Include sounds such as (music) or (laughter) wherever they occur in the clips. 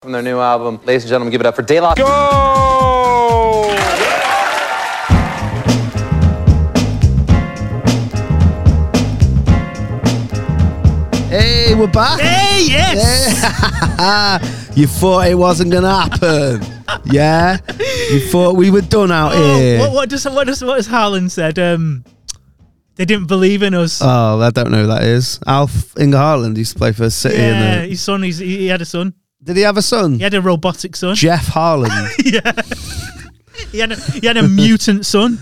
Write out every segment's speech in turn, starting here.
from their new album. Ladies and gentlemen, give it up for De La. Go! Hey, we're back. Hey, yes! (laughs) You thought it wasn't going to (laughs) happen. yeah? You thought we were done out Oh, here. what, what does what does what has Harlan said? Um, they didn't believe in us. Oh, I don't know who that is. Alf Inga Haaland used to play for City. yeah, Yeah. his son. He's, he he had a son. Did he have a son? He had a robotic son. (laughs) Jeff Haaland. He had a, he had a mutant son.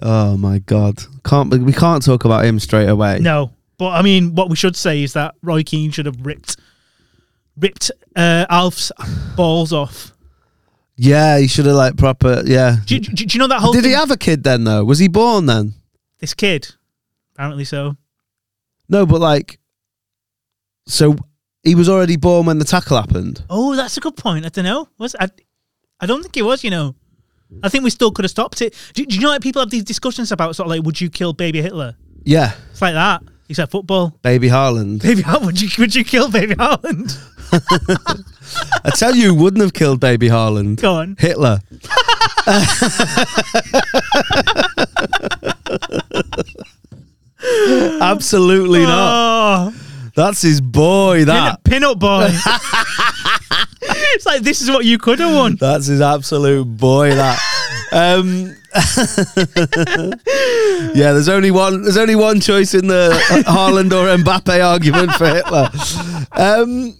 oh, my God. Can't be- We can't talk about him straight away. No, but I mean, what we should say is that Roy Keane should have ripped ripped uh, Alf's balls off. Yeah, he should have, like, proper. Yeah. Do, you- do, do you know that whole? Did thing? he have a kid then, though? Was he born then? this kid? Apparently so. No, but, like, so he was already born when the tackle happened. Oh, that's a good point. I don't know. Was I? I don't think it was. You know, I think we still could have stopped it. Do, do you know like people have these discussions about sort of like, would you kill baby Hitler? Yeah. It's like that. He said football. (laughs) Baby Haaland. Baby Haaland, would you would you kill baby Haaland? (laughs) I tell you, who wouldn't have killed Baby Haaland. Go on. Hitler. Absolutely not. Oh, That's his boy. That pin, pin (laughs) up boy. it's like this is what you could have won. that's his absolute boy. That. Um, (laughs) yeah, there's only one. There's only one choice in the Haaland or Mbappe argument for Hitler. Um,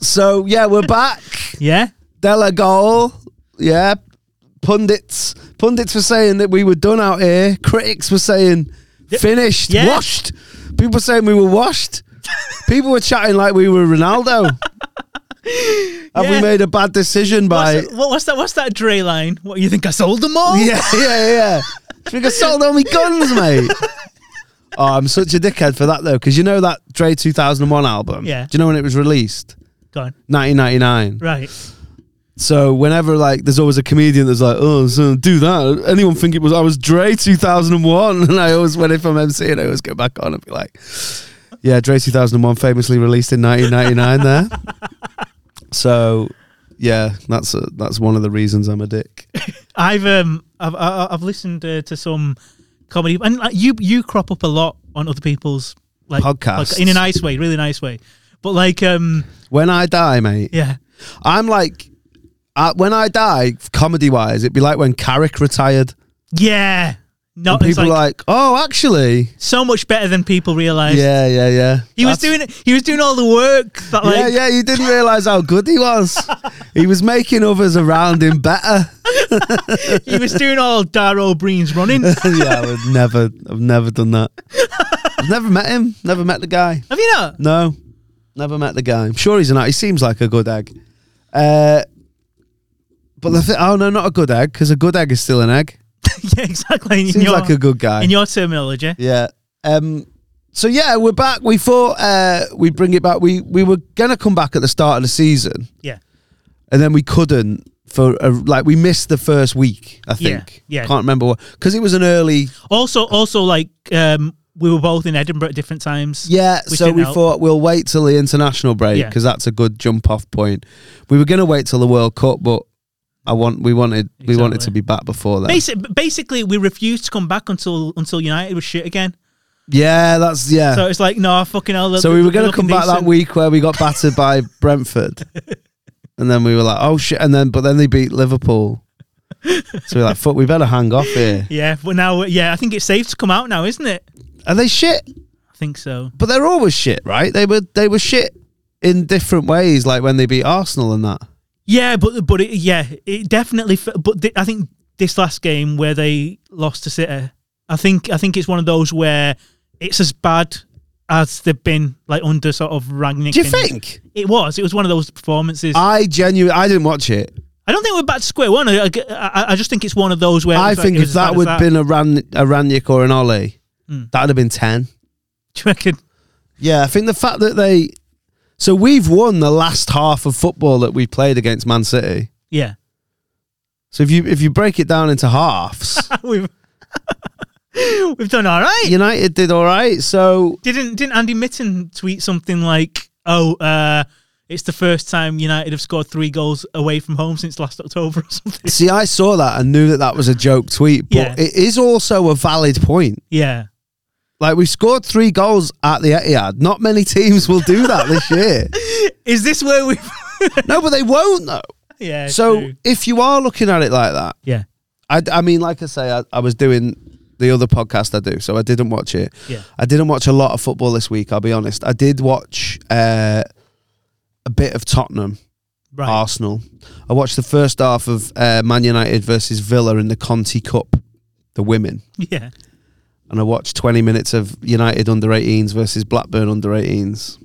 so yeah, we're back. Yeah. Della goal. Yeah. Pundits. Pundits were saying that we were done out here. Critics were saying finished, Yeah. washed. People saying we were washed. People were chatting like we were (laughs) Ronaldo. Have we Yeah. made a bad decision by What's, that- what, what's that? What's that Dre line? What you think I sold them (laughs) all? Yeah, yeah, yeah. I think I sold all my guns, mate. (laughs) Oh, I'm such a dickhead for that though, because you know that Dre 2001 album. Yeah. Do you know when it was released? Go on. 1999. Right. So whenever like there's always a comedian that's like, oh, so do that. Anyone think it was I was Dre 2001? And I always when if I'm MC and I always go back on and be like, yeah, Dre 2001 famously released in (laughs) 1999. there. So yeah, that's a, that's one of the reasons I'm a dick. I've um I've I- I've listened uh, to some comedy and like, you you crop up a lot on other people's like Podcasts. podca- in a nice way, really nice way. But like um When I die, mate, yeah I'm like, uh, when I die, comedy wise, it'd be like when Carrick retired. yeah And not it's people like, are like, oh, actually, so much better than people realize. yeah, yeah, yeah. He was That's- doing he was doing all the work that like yeah, yeah, you didn't realise how good he (laughs) was. he was making others around him better. he was doing all Darrow Breen's (laughs) running. Have (laughs) yeah, I would never, I've never done that. I've never met him, never met the guy. you not? (laughs) No, never met the guy. I'm sure he's an, he seems like a good egg. Uh, but the thi- oh no, not a good egg, because a good egg is still an egg. yeah, exactly. In Seems your, like a good guy. in your terminology. Yeah. Um. So yeah, we're back. We thought uh, we'd bring it back. We we were gonna come back at the start of the season. Yeah. and then we couldn't for a, like we missed the first week. I Yeah, think. yeah. Can't remember what because it was an early. Also also like um we were both in Edinburgh at different times. Yeah. Which so didn't we help. thought we'll wait till the international break Yeah. because that's a good jump off point. We were gonna wait till the World Cup, but I want we wanted we wanted Exactly. to be back before that. Basi- basically, we refused to come back until until United was shit again. yeah. That's yeah. So So, it's like, no, fucking hell. Uh. we were gonna come back that week where we got battered by (laughs) Brentford. And then we were like, oh shit. And then, but then they beat Liverpool. So we're like, fuck, we better hang off here. Yeah, but now, yeah, I think it's safe to come out now, isn't it? Are they shit? I think so. but they're always shit, right? They were they were shit in different ways, like when they beat Arsenal and that. Yeah, but but it, yeah, it definitely. f- But th- I think this last game where they lost to City, I think I think it's one of those where it's as bad as they've been like under sort of Ragnick. Do you and- think? it was? It was one of those performances. I, I genuinely I didn't watch it. don't think we're back to square one. I, I, I just think it's one of those where it I was like- Hmm. think it if was as bad that as would have been a Ran a Ranick or an Ollie, that'd have been ten. (laughs) Do you reckon? Yeah, I think the fact that they so we've won the last half of football that we played against Man City. Yeah, So if you if you break it down into (laughs) halves, we've we've done all right. United did all right. So Didn't didn't Andy Mitten tweet something like, "Oh, uh, it's the first time United have scored three goals away from home since last October or (laughs) something. See, I saw that and knew that that was a joke tweet, but Yeah. it is also a valid point. Yeah. Like we scored three goals at the Etihad. Not many teams will do that (laughs) this year. Is this where we? No, but they won't though. (laughs) yeah. so true. if you are looking at it like that, yeah, I, I mean, like I say, I, I was doing the other podcast I do, so I didn't watch it. Yeah. I didn't watch a lot of football this week. I'll be honest. I did watch uh, a bit of Tottenham, right. Arsenal. I watched the first half of uh, Man United versus Villa in the Conti Cup, the women, Yeah. and I watched twenty minutes of United under 18s versus Blackburn under 18s.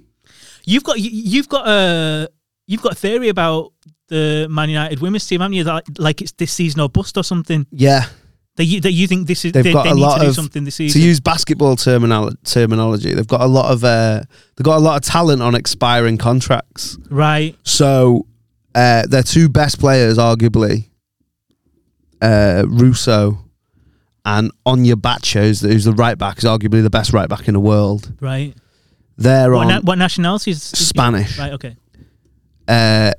You've got you- you've got a you've got a theory about the Man United women's team, haven't you? That, like it's this season or bust or something. Yeah, That you that you think this is They've they, got they a need lot to do of- something this to season. use basketball terminal- terminology, they've got a lot of uh, they've got a lot of talent on expiring contracts. right. So uh, their two best players, arguably, uh, Russo and Onya Bacho, who's the right back, is arguably the best right back in the world. Right. They're What, on na- what nationality is is- Spanish. Right. Okay. Uh,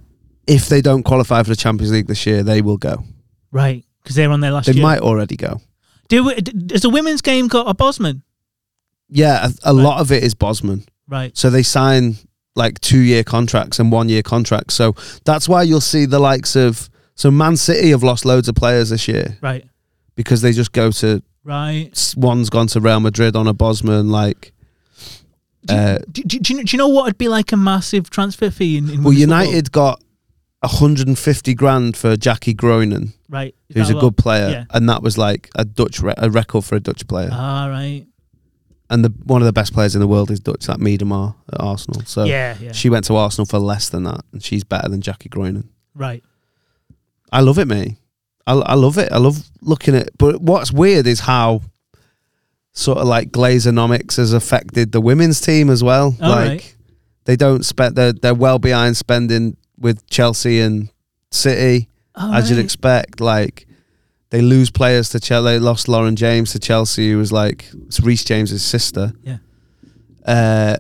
if they don't qualify for the Champions League this year, they will go. Right. Because they're on their last They year. might already go. Do we, d- does the women's game got a Bosman? Yeah, a, a lot of it is Bosman. Right. So they sign like two year contracts and one year contracts. So that's why you'll see the likes of. So Man City have lost loads of players this year Right. because they just go to Right. s- one's gone to Real Madrid on a Bosman. Like, uh, Do, do, do, you, know- do you know what would be like a massive transfer fee in, in well, women's United got 150 grand for Jackie Groening, football? Right. Is who's that a lot? good player, Yeah. and that was like a Dutch re- a record for a Dutch player. Ah, right. and the one of the best players in the world is Dutch, that Miedemar at Arsenal. So yeah. Yeah. she went to Arsenal for less than that, and she's better than Jackie Groening. right. I love it, mate. I, I love it. I love looking at. But what's weird is how sort of like Glazonomics has affected the women's team as well. All like right. they don't spend. They're they're well behind spending with Chelsea and City All as you'd right. expect. Like they lose players to Chelsea. They lost Lauren James to Chelsea, who was like it's Reece James's sister. Yeah. Uh,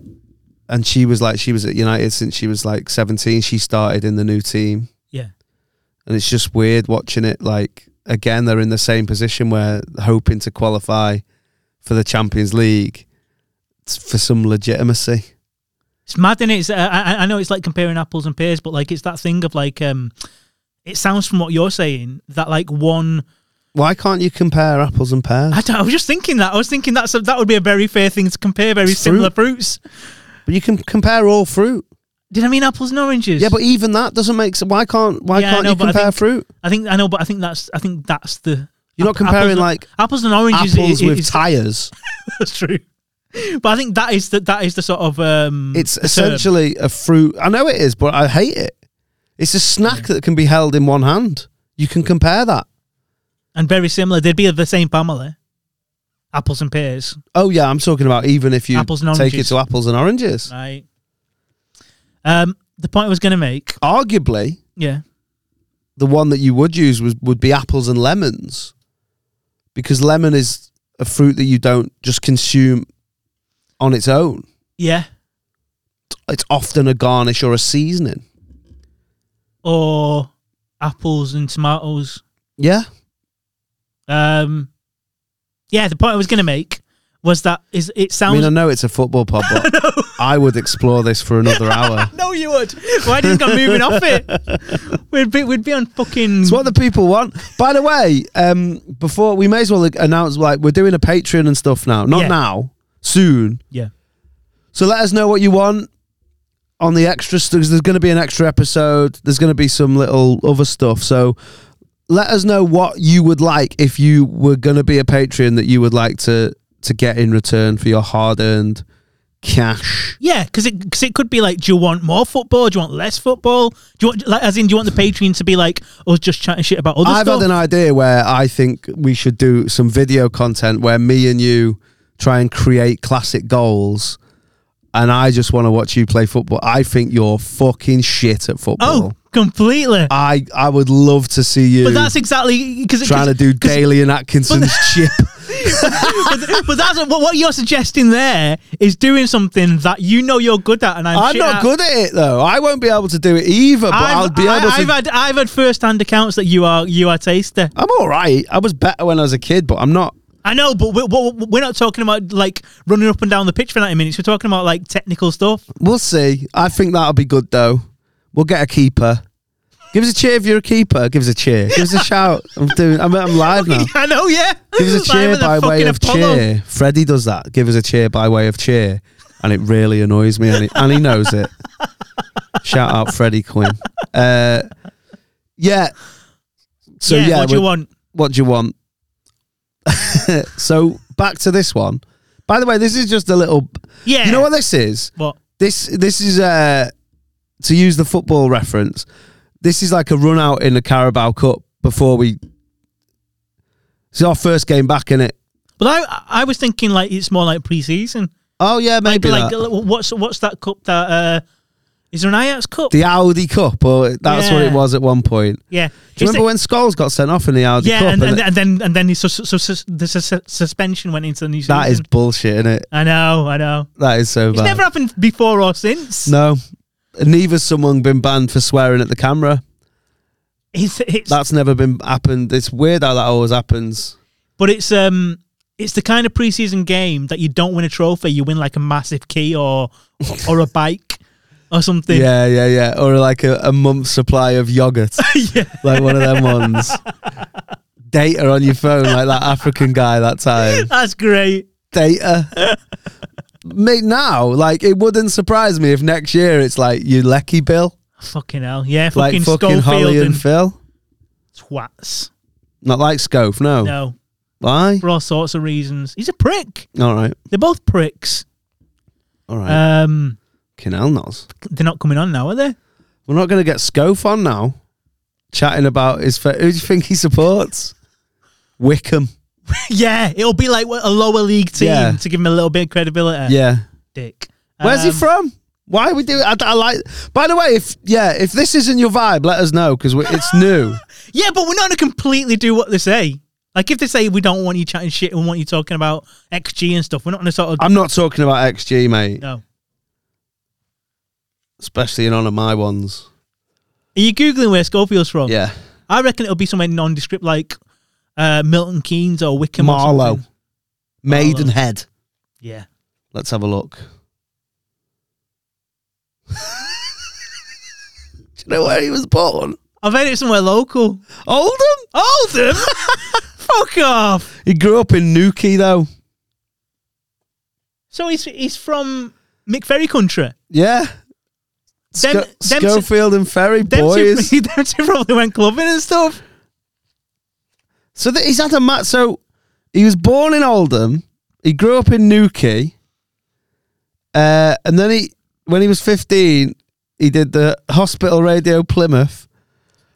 and she was like she was at United since she was like seventeen. She started in the new team Yeah. and it's just weird watching it. Like again, they're in the same position where hoping to qualify for the Champions League s- for some legitimacy. It's mad, and it's. Uh, I, I- I know it's like comparing apples and pears, but like it's that thing of like. um It sounds from what you're saying that like one. Why can't you compare apples and pears? I, don't, I was just thinking that. I was thinking that's a, that would be a very fair thing to compare very It's fruit. similar fruits. but you can compare all fruit. Did I mean apples and oranges? Yeah, but even that doesn't make sense. Why can't Why Yeah, I can't know, you but I compare think fruit? I think I know, but I think that's I think that's the. You're not app- apples comparing and- like apples and oranges. apples i- i- with is- tires. that's (laughs) true. But I think that is the that is the sort of um It's the term. essentially a fruit. I know it is, but I hate it. It's a snack that can be held in one hand. You can compare that. and very similar. They'd be of the same family. Apples and pears. Oh yeah, I'm talking about even if you Apples and take it oranges. to apples and oranges. Right. Um, the point I was going to make, arguably yeah, the one that you would use was would be apples and lemons because lemon is a fruit that you don't just consume on its own yeah, it's often a garnish or a seasoning or apples and tomatoes. yeah Um, yeah, the point I was going to make was that is it i mean sounds. i know it's a football pod but i would explore this for another hour (laughs) no, you would. Why did you go moving off it? (laughs) We'd be we'd be on fucking. it's what the people want by the way um before we may as well announce like we're doing a patreon and stuff now not Yeah. now soon yeah, So let us know what you want on the extra stuff. There's going to be an extra episode. There's going to be some little other stuff. So let us know what you would like if you were going to be a Patreon that you would like to to get in return for your hard earned cash. yeah, because it because it could be like, do you want more football? Do you want less football? Do you want like as in do you want the Patreon to be like us just chatting shit about other I've stuff? had an idea where I think we should do some video content where me and you try and create classic goals. And I just want to watch you play football. I think you're fucking shit at football. oh, completely. I I would love to see you. but that's exactly because (laughs) trying to do Daly and Atkinson's chip. but, but that's what, what you're suggesting there is doing something that you know you're good at, and I'm, I'm shit not at. good at it though. I won't be able to do it either, but I've, i will be able I- to. I've had I've had first hand accounts that you are you are taster. I'm all right. I was better when I was a kid, but I'm not. I know, but we're, we're we're not talking about like running up and down the pitch for 90 minutes. We're talking about like technical stuff. We'll see. I think that'll be good though. We'll get a keeper. Give us a cheer if you're a keeper. Give us a cheer. Give us a shout. I'm doing. (laughs) I'm, I'm live now. I know, yeah. Give (laughs) us a Simon cheer the by way fucking of Apollo. cheer. Freddie does that. Give us a cheer by way of cheer, and it really annoys me, and he, and he knows it. Shout out Freddie Quinn. Uh, yeah. So yeah, yeah, what do we- you want? what do you want? (laughs) so back to this one. By the way, this is just a little. Yeah. You know what this is? What? This this is uh to use the football reference. This is like a run out in the Carabao Cup before we. It's our first game back in it. But I I was thinking like it's more like pre-season. Oh yeah, maybe like that. what's what's that cup that uh is there an Ajax cup? the Audi Cup, or that's what Yeah. it was at one point. yeah. Do you Is remember when Scholes got sent off in the it- Audi yeah, Cup? and, and and, it- and then and then he, so, so, so, so the sus- suspension went into the new season. that is bullshit, isn't it? I know, I know. That is so It's bad. never happened before or since. no, neither's someone been banned for swearing at the camera. It's, it's, That's never been happened. It's weird how that always happens. but it's um it's the kind of preseason game that you don't win a trophy, you win like a massive key or or a bike or something. Yeah, yeah, yeah. Or like a, a month's supply of yogurt, (laughs) yeah. like one of them (laughs) ones. Data on your phone, like that African guy that time. That's great. Data. Mate, now, like, it wouldn't surprise me if next year it's like you lecky bill, Fucking hell. Yeah, like fucking, fucking Schofield Holly and, and Phil. twats. Not like Scove, no. No. Why? for all sorts of reasons. He's a prick. All right, They're both pricks. all right. Um, Canal Nos. they're not coming on now, are they? (laughs) We're not going to get Scove on now. Chatting about his. Fa- who do you think he supports? Wickham. yeah, it'll be like a lower league team Yeah. to give him a little bit of credibility. Yeah. Dick. Where's he Um, from? Why are we doing? I, I like. By the way, if yeah, if this isn't your vibe, let us know because it's (laughs) new. Yeah, but we're not going to completely do what they say. Like if they say we don't want you chatting shit and want you talking about XG and stuff, we're not going to sort of I'm not talking about XG, mate. no. Are Especially in honor of my ones. you googling where Schofield's from? Yeah, I reckon it'll be somewhere nondescript like uh, Milton Keynes or Wickham. or Marlow, something. Maidenhead. Yeah. Let's have a look. (laughs) Do you know where he was born? I've heard it somewhere local. Oldham. (laughs) Oldham. Fuck off. He grew up in Newquay, though. So he's he's from McFerry country. Yeah. Them- Sco- them two- Schofield and Ferry Them boys. two, (laughs) them two probably went clubbing and stuff. So th- he's had a match. So he was born in Oldham. He grew up in Newquay. Uh, and then he, when he was 15, he did the Hospital Radio Plymouth.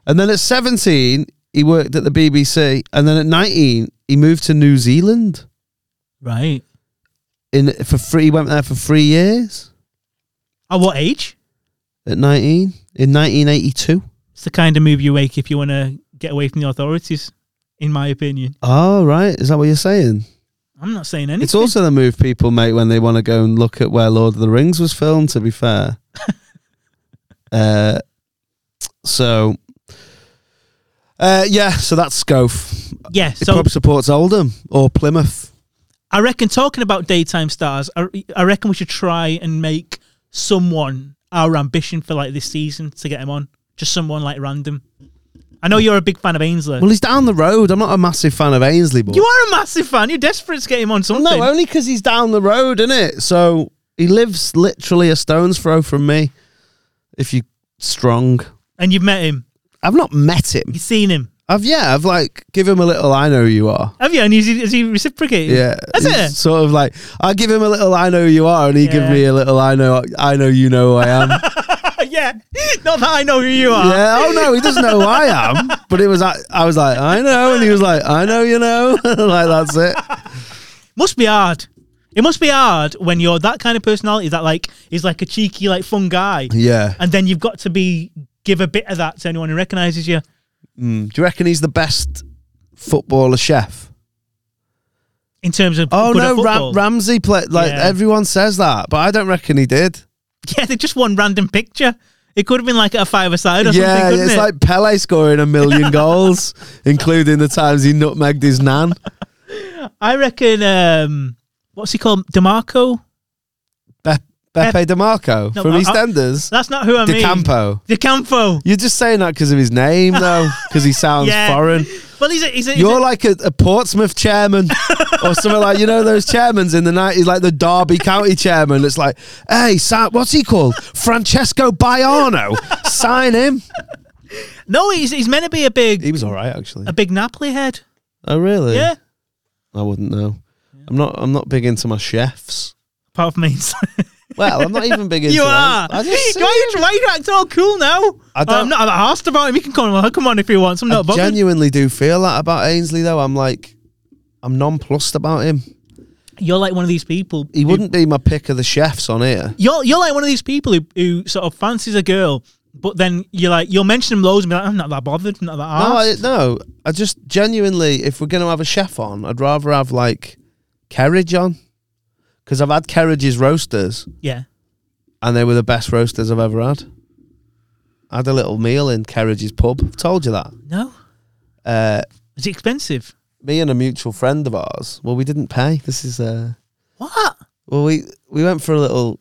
And then at 17, he worked at the BBC. And then at 19, he moved to New Zealand. Right. In for free, he went there for three years At what age? at 19 in 1982. It's the kind of move you make if you want to get away from the authorities. In my opinion, Oh, right. Is that what you're saying? I'm not saying anything. It's also the move people make when they want to go and look at where Lord of the Rings was filmed. To be (laughs) fair, uh, so uh, yeah, so that's Scove. yeah. It So probably supports Oldham or Plymouth. I reckon talking about daytime stars, I, I reckon we should try and make someone our ambition for like this season to get him on. Just someone like random. I know you're a big fan of Ainsley. Well, he's down the road. I'm not a massive fan of Ainsley, but you are a massive fan. You're desperate to get him on something. no, only because he's down the road, isn't it? So he lives literally a stone's throw from me. If you strong, and you've met him. I've not met him. You've seen him. I've yeah, I've like give him a little. I know who you are. Have you? And is he, is he reciprocated? Yeah, Has it's it? Sort of like I give him a little "I know who you are," and he give Yeah. me a little "I know I know you know who I (laughs) am." (laughs) yeah. Not that I know who you are. yeah. Oh no, he doesn't know who I am, but it was I, I was like I know, and he was like I know you know, (laughs) like that's it. Must be hard. It must be hard when you're that kind of personality that like is like a cheeky, like fun guy, Yeah. and then you've got to be give a bit of that to anyone who recognises you. Mm. Do you reckon he's the best footballer chef? in terms of Oh good at no, football. Ram- Ramsey played. Like Yeah. everyone says that, but I don't reckon he did. (laughs) yeah, they just one random picture. It could have been like a five-a-side or something, yeah, couldn't it's it? like Pele scoring a (laughs) million goals, including the times he nutmegged his nan. I reckon. Um, what's he called? Demarco. Be- Beppe DiMarco No, from I- I- EastEnders. That's not who I Di mean. Campo. DeCampo. You're just saying that because of his name, (laughs) though, because he sounds Yeah. foreign. Well, he's a, he's a, he's You're a- like a, a Portsmouth (laughs) chairman or something like you know those chairmans in the nineties, like the Derby County chairman. That's like, hey, Sa- what's he called? Francesco Baiano. Sign him. no, he's he's meant to be a big He was all right actually. a big Napoli head. Oh really? Yeah. I wouldn't know. I'm not. I'm not big into my chefs. Apart from me, (laughs) Well, I'm not even big into. (laughs) you them. are. I just why, are you, why are you acting all cool now? I I don't- am not I'm not asked about him. He can come on, come on if he wants. I'm I not bothered. genuinely do feel that about Ainsley, though. I'm like, I'm nonplussed about him. You're like one of these people. He who- wouldn't be my pick of the chefs on here. You're you're like one of these people who, who sort of fancies a girl, but then you're like you'll mention him loads and be like, I'm not that bothered. I'm not that No, arsed. I, no. I just genuinely, if we're going to have a chef on, I'd rather have like Kerridge on because I've had Kerridge's roasters yeah. and they were the best roasters I've ever had. I had a little meal in Kerridge's pub. I've told you that. No. Uh, Is it expensive? me and a mutual friend of ours. Well, we didn't pay. This is uh, What? well, we we went for a little.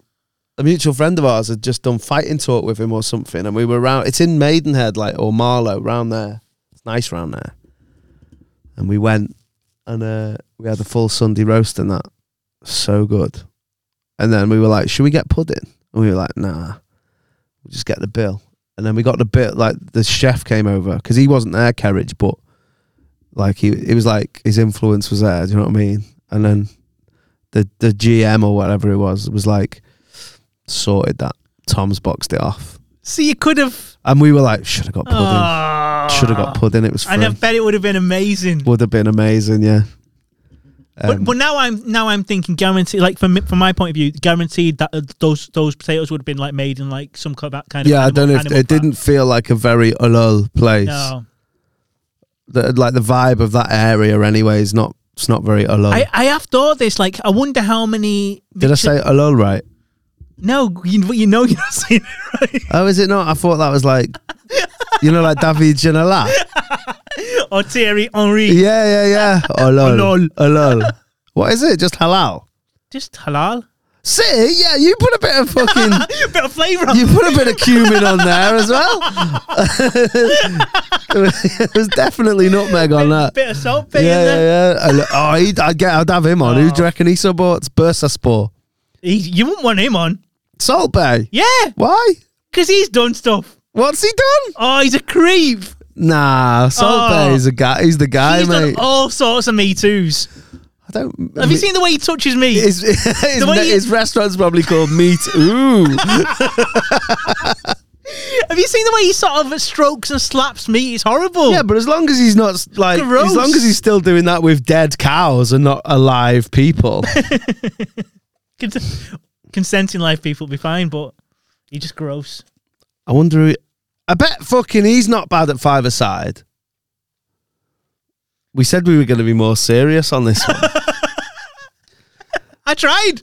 A mutual friend of ours had just done fighting talk with him or something, and we were round. It's in Maidenhead, like or Marlow, round there. It's nice round there. And we went, and uh, we had a full Sunday roast and that, so good. And then we were like, "Should we get pudding?" And we were like, "Nah, we'll just get the bill." And then we got the bill. Like the chef came over because he wasn't there, carriage, but like he, it was like his influence was there. Do you know what I mean? And then the the GM or whatever it was was like sorted that. Tom's boxed it off, See, you could have. and we were like, should have got pudding. Ah. should have got pudding. It was free. And I bet it would have been amazing. Would have been amazing. Yeah. Um, but, but now I'm now I'm thinking guaranteed. Like from mi- from my point of view, guaranteed that uh, those those potatoes would have been like made in like some kind of kind of yeah, I animal- don't know. if animal It fat. didn't feel like a very halal place. No, The- like the vibe of that area, anyway, is not. It's not very halal. I I have thought this. Like I wonder how many. Did I Michelin- say halal right? no? You, you know (laughs) you're not saying it right. Oh, is it not? I thought that was like, (laughs) you know, like David Ginola. Or Thierry Henry. Yeah, yeah, yeah. Halal. Halal. Halal. What is it? Just halal. (laughs) Just halal. See, yeah, you put a bit of fucking. A bit of flavour. on You put a bit of cumin on there as well. (laughs) it was definitely nutmeg on that. bit of salt. Yeah, Bit in there. yeah, yeah. And, Oh, he'd, I'd get, I'd have him on. Oh. Who do you reckon he supports? Bursaspor. He, you wouldn't want him on. Salt Bay. Yeah, Why? because he's done stuff. What's he done? Oh, he's a creep. Nah, Salt Oh. Bay is a guy. He's the guy, he's mate. done all sorts of Me Too's. I don't. Have you seen the way he touches me? His, (laughs) his, way ne- he- his restaurant's probably called Meat (laughs) Ooh. Have you seen the way he sort of strokes and slaps me? It's horrible. Yeah, but as long as he's not like, as Gross. long as he's still doing that with dead cows and not alive people, Cons- Consenting life people will be fine, but you're just gross. I wonder. Who, I bet fucking he's not bad at five aside. We said we were going to be more serious on this (laughs) one. I tried.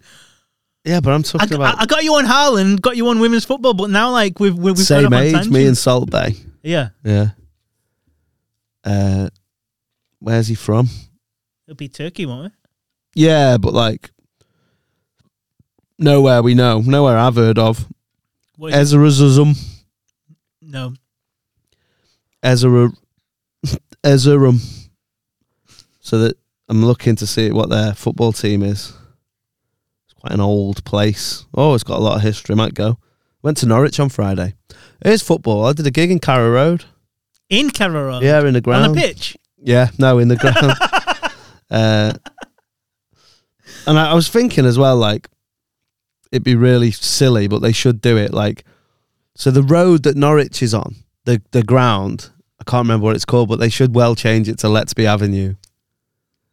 yeah, but I'm I, talking I, about I got you on Haaland, got you on women's football, but now like we've we've, we've same gone off on age, me and tangents. Salt Bay. yeah, Yeah. Uh, where's he from? it'll be Turkey, won't it? Yeah, but like nowhere we know, nowhere I've heard of. What is it? Ezra Zuzum. no, Ezra (laughs) Ezerum. So that I'm looking to see what their football team is. It's quite an old place. Oh, it's got a lot of history. Might go. Went to Norwich on Friday. Here's football. I did a gig in Carrow Road. in Carrara. Yeah, in the ground. on the pitch. Yeah, no, in the ground. uh, and I, I was thinking as well, like, it'd be really silly, but they should do it. Like, so the road that Norwich is on, the the ground, I can't remember what it's called, but they should well change it to Let's Be Avenue.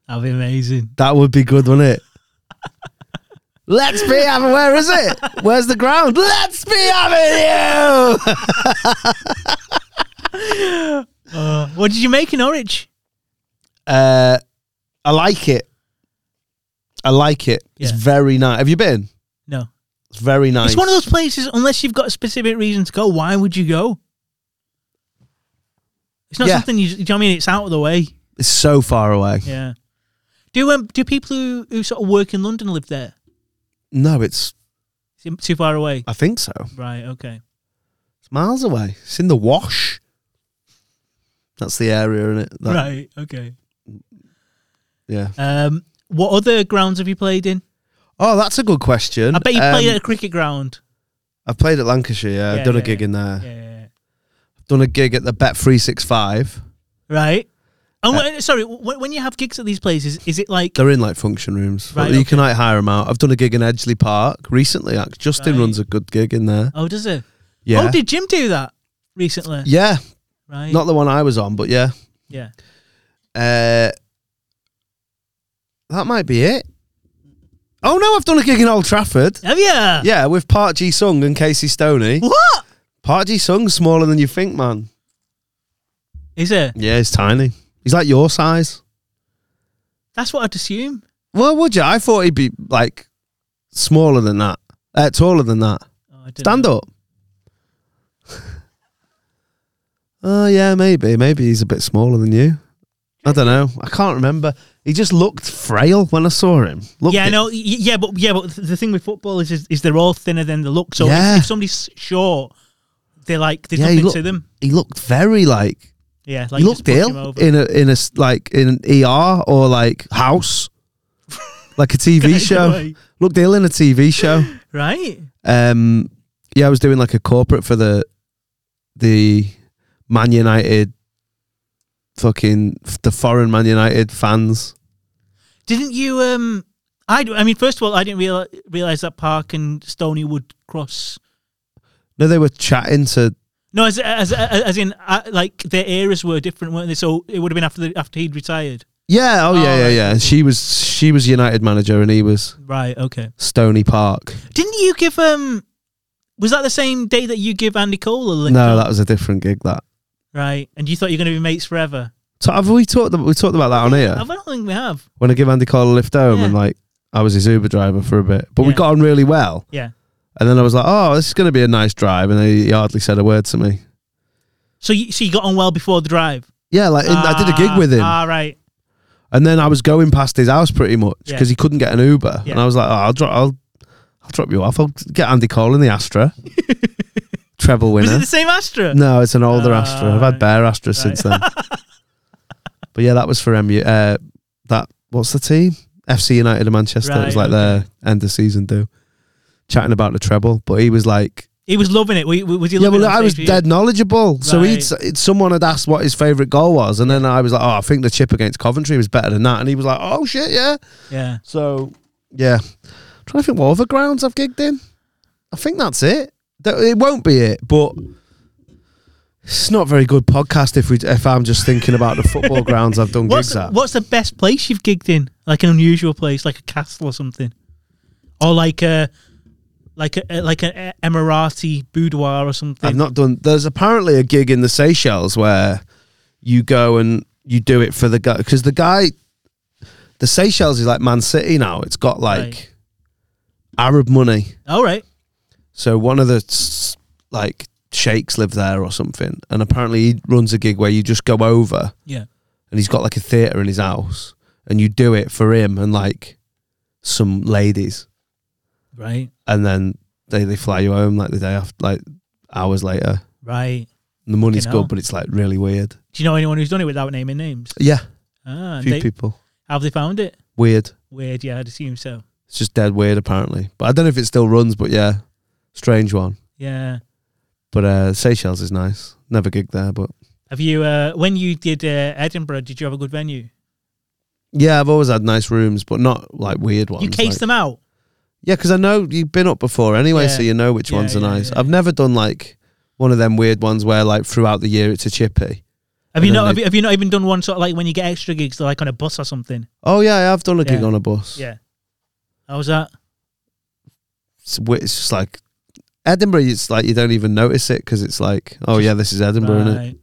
That'd be amazing. That would be good, wouldn't it? Let's be Avenue. Where is it? Where's the ground? Let's be Avenue. (laughs) Oh, Uh, what did you make in Norwich? uh, I like it. I like it. It's Yeah. very nice. Have you been? No. It's very nice. It's one of those places, unless you've got a specific reason to go, why would you go? It's not Yeah. something you, do you know what I mean? It's out of the way. It's so far away. Yeah. Do um, do people who, who sort of work in London live there? No, it's. Is it too far away? I think so. Right, okay. It's miles away. It's in the Wash. That's the area in it. That- right, okay. Yeah. Um, what other grounds have you played in? Oh, that's a good question. I bet you Um, played at a (laughs) cricket ground. I've played at Lancashire. Yeah, Yeah, I've done yeah, a gig yeah. in there. Yeah, yeah, yeah. Done a gig at the Bet Three Six Five. Right. Uh, And when, sorry, when, when you have gigs at these places, is it like They're in like function rooms. Right, you can like hire them out. I've done a gig in Edgeley Park recently. Actually, Justin Right. runs a good gig in there. oh, does it? Yeah. Oh, did Jim do that recently? yeah, Right. not the one I was on, but yeah. yeah. Uh, that might be it. Oh no, I've done a gig in Old Trafford. Have you? Yeah, with Park Ji Sung and Casey Stoney. What? Park Ji Sung's smaller than you think, man. Is it? Yeah, he's tiny. He's like your size. That's what I'd assume. Well, would you? I thought he'd be like smaller than that, uh, taller than that. Oh, I don't Stand know. up. (laughs) Oh yeah, maybe, maybe he's a bit smaller than you. I don't know. I can't remember. He just looked frail when I saw him. Looked Yeah, it. no, y- yeah, but yeah, but th- the thing with football is, is, is they're all thinner than they look. So if- Yeah. if, somebody's short, they're like there's Yeah, he nothing look- to them. He looked very like Yeah, he like you looked just push him ill over. in a in a s- like in an ER or like (laughs) House, like a TV show. Way. Looked ill in a TV show. (laughs) right? Um, yeah, I was doing like a corporate for the the Man United fucking f- the foreign Man United fans. Didn't you? Um, I, d- I mean, first of all, I didn't realize, realize that Park and Stony would cross. No, they were chatting to. No, as as as, as in uh, like their eras were different, weren't they? So it would have been after the, after he'd retired. Yeah, oh yeah, Oh, yeah, right, yeah. cool, She was she was United manager and he was Right. Okay. Stony Park. Didn't you give um? Was that the same day that you give Andy Cole a lick? No, that was a different gig. That. Right. And you thought you're going to be mates forever? So have we talked? We talked about that on here. I don't think we have. when I give Andy Cole a lift home Yeah. and like I was his Uber driver for a bit, but we Yeah. got on really well. Yeah. And then I was like, oh, this is going to be a nice drive. And he hardly said a word to me. So you so you got on well before the drive. Yeah, like and I did a gig Ah, with him. Ah, right. and then I was going past his house pretty much Yeah. because he couldn't get an Uber. Yeah. And I was like, oh, I'll, drop, I'll, I'll drop you off. I'll get Andy Cole in the (laughs) Astra. Treble Was it winner. the same Astra? (laughs) No, it's an older Ah, Astra. I've had right. bare Astra since (laughs) then. but yeah, that was for MU. Uh, that what's the team? FC United of Manchester. it was Right, like their end of season do, chatting about the treble. But he was like, He was loving it. We- we- Was he? yeah, loving well, it on I was stage for you? dead knowledgeable. So Right. he'd s- it, someone had asked what his favourite goal was, and then I was like, oh, I think the chip against Coventry was better than that. And he was like, oh shit, yeah. Yeah. So yeah, trying to think what other grounds I've gigged in. I think that's it. That- It won't be it, but it's not very good podcast if we if I'm just thinking about the football (laughs) grounds I've done What's gigs at. what's the best place you've gigged in? Like an unusual place, like a castle or something, or like a like a like an Emirati boudoir or something. I've not done. There's apparently a gig in the Seychelles where you go and you do it for the guy because the guy, the Seychelles is like Man City now. It's got like Right. Arab money. All Oh, right. So one of the s- like sheikhs live there or something, and apparently he runs a gig where you just go over Yeah. and he's got like a theater in his house, and you do it for him and like some ladies, Right. and then they they fly you home like the day after, like hours later. Right. And the money's Fucking hell. good, but it's like really weird. Do you know anyone who's done it without naming names? Yeah, a Ah, and few they- people have they found it? weird. Weird. Yeah, I'd assume so. It's just dead weird apparently, but I don't know if it still runs. But yeah, strange one. Yeah. But uh, Seychelles is nice. Never gig there, but Have you uh, when you did uh, Edinburgh? Did you have a good venue? yeah, I've always had nice rooms, but not like weird ones. you case like- them out. Yeah, because I know you've been up before anyway, Yeah. so you know which Yeah, ones are yeah, nice. yeah. I've never done like one of them weird ones where like throughout the year it's a chippy. Have I you don't not? know. Have you, have you not even done one sort of like when you get extra gigs, like on a bus or something? Oh yeah, I have done a gig Yeah. on a bus. Yeah. How was that? It's, wi- it's just like Edinburgh. It's like you don't even notice it because it's like, oh yeah, this is Edinburgh, innit? Right.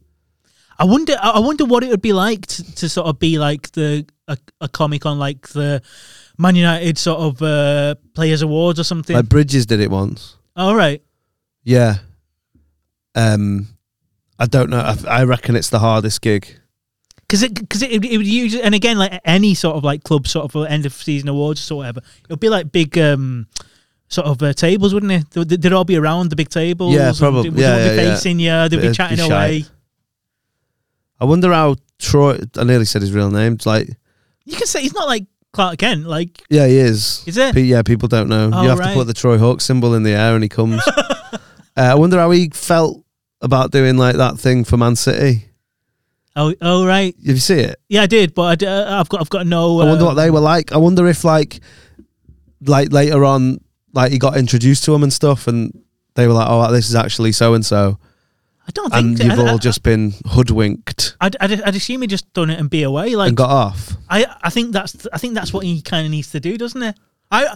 I wonder. I I wonder what it would be like to, to sort of be like the a, a comic on like the Man United sort of uh, players awards or something. Like Bridges did it once. All right, Yeah. Um, I don't know. I, I reckon it's the hardest gig. because it because it, it would usually and again like any sort of like club sort of uh, end of season awards or whatever, it'll be like big um sort of uh, tables, wouldn't it? They'd, they'd all be around the big tables. Yeah, and probably. They, Yeah, they'd all be yeah, yeah. facing you. They'd It'd be be chatting shite. away. I wonder how Troy. I nearly said his real name. It's like, You can say he's not like Clark Kent. Like yeah, he is. Is it? Pe- yeah, people don't know. Oh, you have right. to put the Troy Hawk symbol in the air and he (laughs) comes. uh, I wonder how he felt about doing like that thing for Man City. oh oh right, If you see it, yeah I did, but I d- uh, I've got I've got no. I wonder uh, what they were like. I wonder if like, like later on, like he got introduced to them and stuff, and they were like, "Oh, this is actually so and so," I don't think and so. you've I- all I- just been hoodwinked I'd, I'd, I'd assume he just done it and be away. Like and got off. I, I think that's I think that's what he kind of needs to do, doesn't it? I